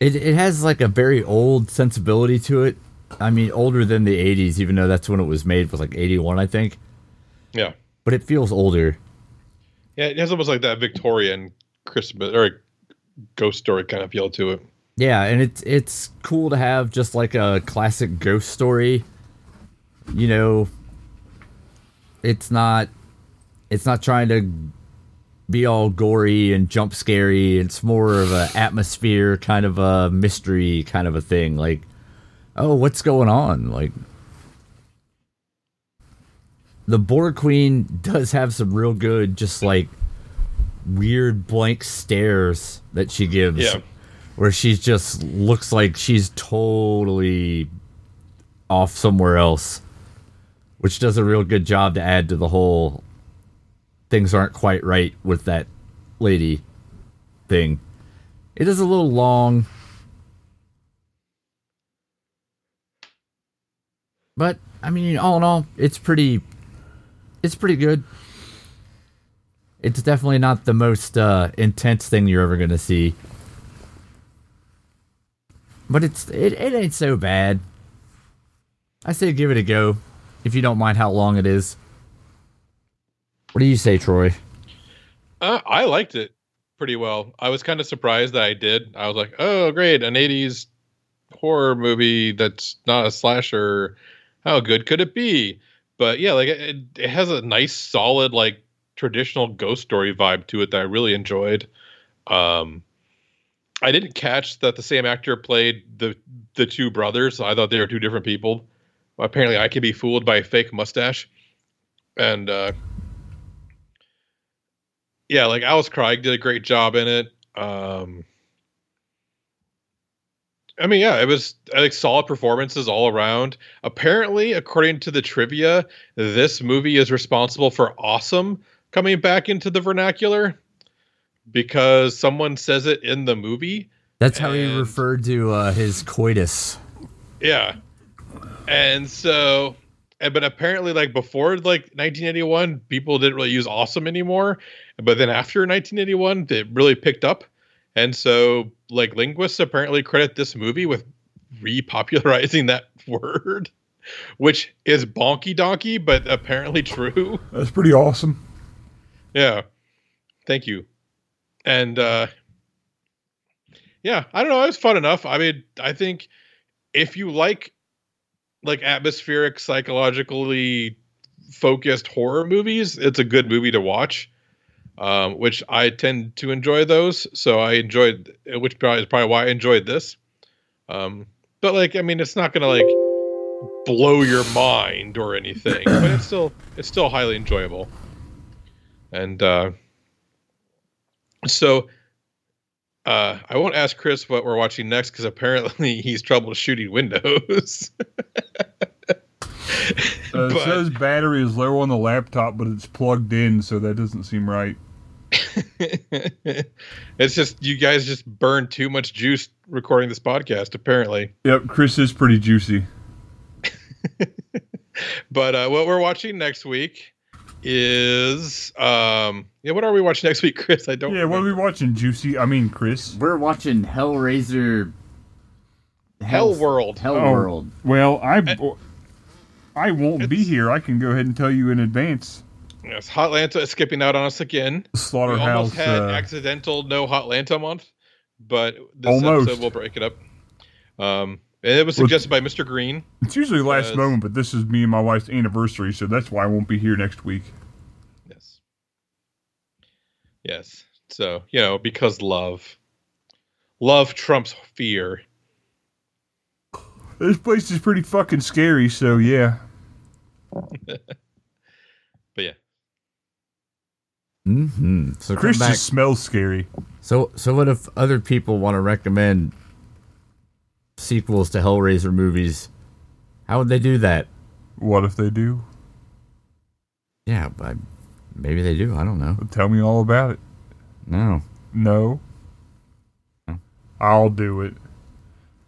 [SPEAKER 1] It it has like a very old sensibility to it. I mean, older than the '80s, even though that's when it was made. Was like '81, I think.
[SPEAKER 3] yeah.
[SPEAKER 1] But it feels older.
[SPEAKER 3] Yeah, it has almost like that Victorian Christmas or ghost story kind of feel to it.
[SPEAKER 1] Yeah, and it's it's cool to have just like a classic ghost story. You know, it's not it's not trying to be all gory and jump scary. It's more of a atmosphere kind of a mystery kind of a thing. Like, oh, what's going on? Like the Boar Queen does have some real good just like weird blank stares that she gives
[SPEAKER 3] Yeah.
[SPEAKER 1] where she's just looks like she's totally off somewhere else, which does a real good job to add to the whole things aren't quite right with that lady thing. It is a little long, but I mean, all in all, it's pretty, it's pretty good. It's definitely not the most uh, intense thing you're ever gonna see but it's it, it ain't so bad. I say give it a go, if you don't mind how long it is. What do you say, Troy?
[SPEAKER 3] Uh, I liked it pretty well. I was kind of surprised that I did. I was like, oh, great, an 80s horror movie that's not a slasher. How good could it be? But yeah, like it, it has a nice, solid, like traditional ghost story vibe to it that I really enjoyed. Um, I didn't catch that the same actor played the the two brothers. I thought they were two different people. Apparently, I could be fooled by a fake mustache. And uh, yeah, like Alice Craig did a great job in it. Um, I mean, yeah, it was I think solid performances all around. Apparently, according to the trivia, this movie is responsible for awesome coming back into the vernacular because someone says it in the movie.
[SPEAKER 1] That's how he
[SPEAKER 3] And-
[SPEAKER 1] referred to uh, his coitus.
[SPEAKER 3] Yeah. And so and- but apparently like before like 1981 people didn't really use awesome anymore but then after 1981 it really picked up and so like linguists apparently credit this movie with repopularizing that word which is bonky donkey but apparently true
[SPEAKER 2] That's pretty awesome.
[SPEAKER 3] yeah thank you and uh yeah i don't know it was fun enough i mean i think if you like like atmospheric psychologically focused horror movies it's a good movie to watch um which i tend to enjoy those so i enjoyed which probably is probably why i enjoyed this um but like i mean it's not gonna like blow your mind or anything but it's still it's still highly enjoyable and uh, so uh, I won't ask Chris what we're watching next because apparently he's troubleshooting Windows.
[SPEAKER 2] Uh, it
[SPEAKER 3] But-
[SPEAKER 2] says battery is low on the laptop, but it's plugged in, so that doesn't seem right.
[SPEAKER 3] it's just you guys just burned too much juice recording this podcast, apparently.
[SPEAKER 2] Yep, Chris is pretty juicy.
[SPEAKER 3] But uh, what we're watching next week is um yeah. What are we watching next week, Chris? I don't.
[SPEAKER 2] Yeah, what are
[SPEAKER 3] remember.
[SPEAKER 2] we watching, Juicy? I mean, Chris.
[SPEAKER 1] We're watching Hellraiser.
[SPEAKER 3] Hell World.
[SPEAKER 1] Hell
[SPEAKER 2] Oh.
[SPEAKER 1] World.
[SPEAKER 2] Well, I I won't be here. I can go ahead and tell you in advance.
[SPEAKER 3] Yes, Hotlanta is skipping out on us again. We
[SPEAKER 2] Slaughterhouse.
[SPEAKER 3] almost had
[SPEAKER 2] uh,
[SPEAKER 3] accidental no Hotlanta month, but this
[SPEAKER 2] Almost.
[SPEAKER 3] episode will break it up. Um, and it was suggested by Mr. Green.
[SPEAKER 2] it's usually last
[SPEAKER 3] Yes.
[SPEAKER 2] moment, but this is me and my wife's anniversary, so that's why I won't be here next week.
[SPEAKER 3] Yes. Yes. So, you know, because love. Love trumps fear.
[SPEAKER 2] This place is pretty fucking scary, so yeah.
[SPEAKER 3] But yeah.
[SPEAKER 1] Mm-hmm. So come
[SPEAKER 2] Chris
[SPEAKER 1] back.
[SPEAKER 2] just smells scary.
[SPEAKER 1] So so what if other people want to recommend sequels to Hellraiser movies? How would they do that?
[SPEAKER 2] What if they do?
[SPEAKER 1] Yeah, but maybe they do. I don't know.
[SPEAKER 2] Tell me all about it.
[SPEAKER 1] No.
[SPEAKER 2] No. I'll do it.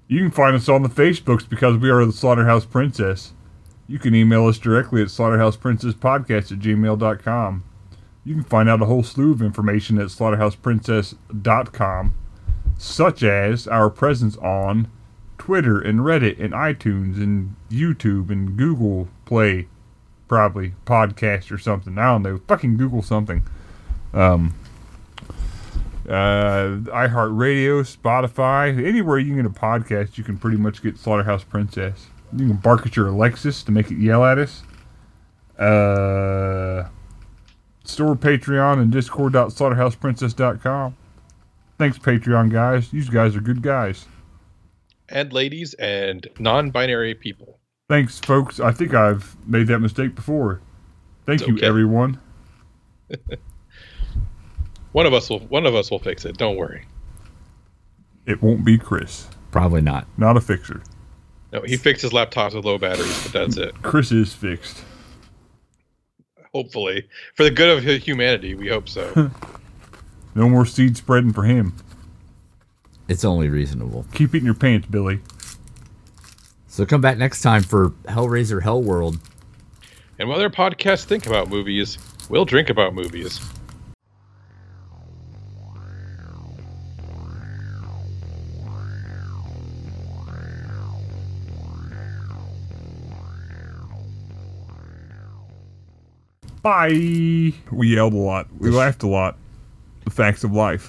[SPEAKER 2] You can find us on the Facebooks because we are the Slaughterhouse Princess. You can email us directly at slaughterhouseprincesspodcast at gmail.com. You can find out a whole slew of information at slaughterhouseprincess.com, such as our presence on Twitter and Reddit and iTunes and YouTube and Google Play, probably podcast or something. I don't know. Fucking Google something. uh, iHeartRadio, Spotify, anywhere you can get a podcast, you can pretty much get Slaughterhouse Princess. You can bark at your Alexis to make it yell at us. Uh, store Patreon and Discord.slaughterhouseprincess.com. Thanks, Patreon guys. You guys are good guys.
[SPEAKER 3] And ladies and non binary people.
[SPEAKER 2] Thanks, folks. I think I've made that mistake before. Thank
[SPEAKER 3] It's
[SPEAKER 2] you,
[SPEAKER 3] okay.
[SPEAKER 2] everyone.
[SPEAKER 3] One of us will one of us will fix it. Don't worry.
[SPEAKER 2] It won't be Chris,
[SPEAKER 1] Probably not.
[SPEAKER 2] not a fixer.
[SPEAKER 3] No, he fixes laptops with low batteries, but that's it.
[SPEAKER 2] Chris is fixed.
[SPEAKER 3] Hopefully. For the good of hu- humanity, we hope so.
[SPEAKER 2] No more seed spreading for him.
[SPEAKER 1] It's only reasonable.
[SPEAKER 2] Keep it in your pants, Billy.
[SPEAKER 1] So come back next time for Hellraiser Hell World.
[SPEAKER 3] and while their podcasts think about movies, we'll drink about movies.
[SPEAKER 2] Bye. We yelled a lot. We laughed a lot. The facts of life.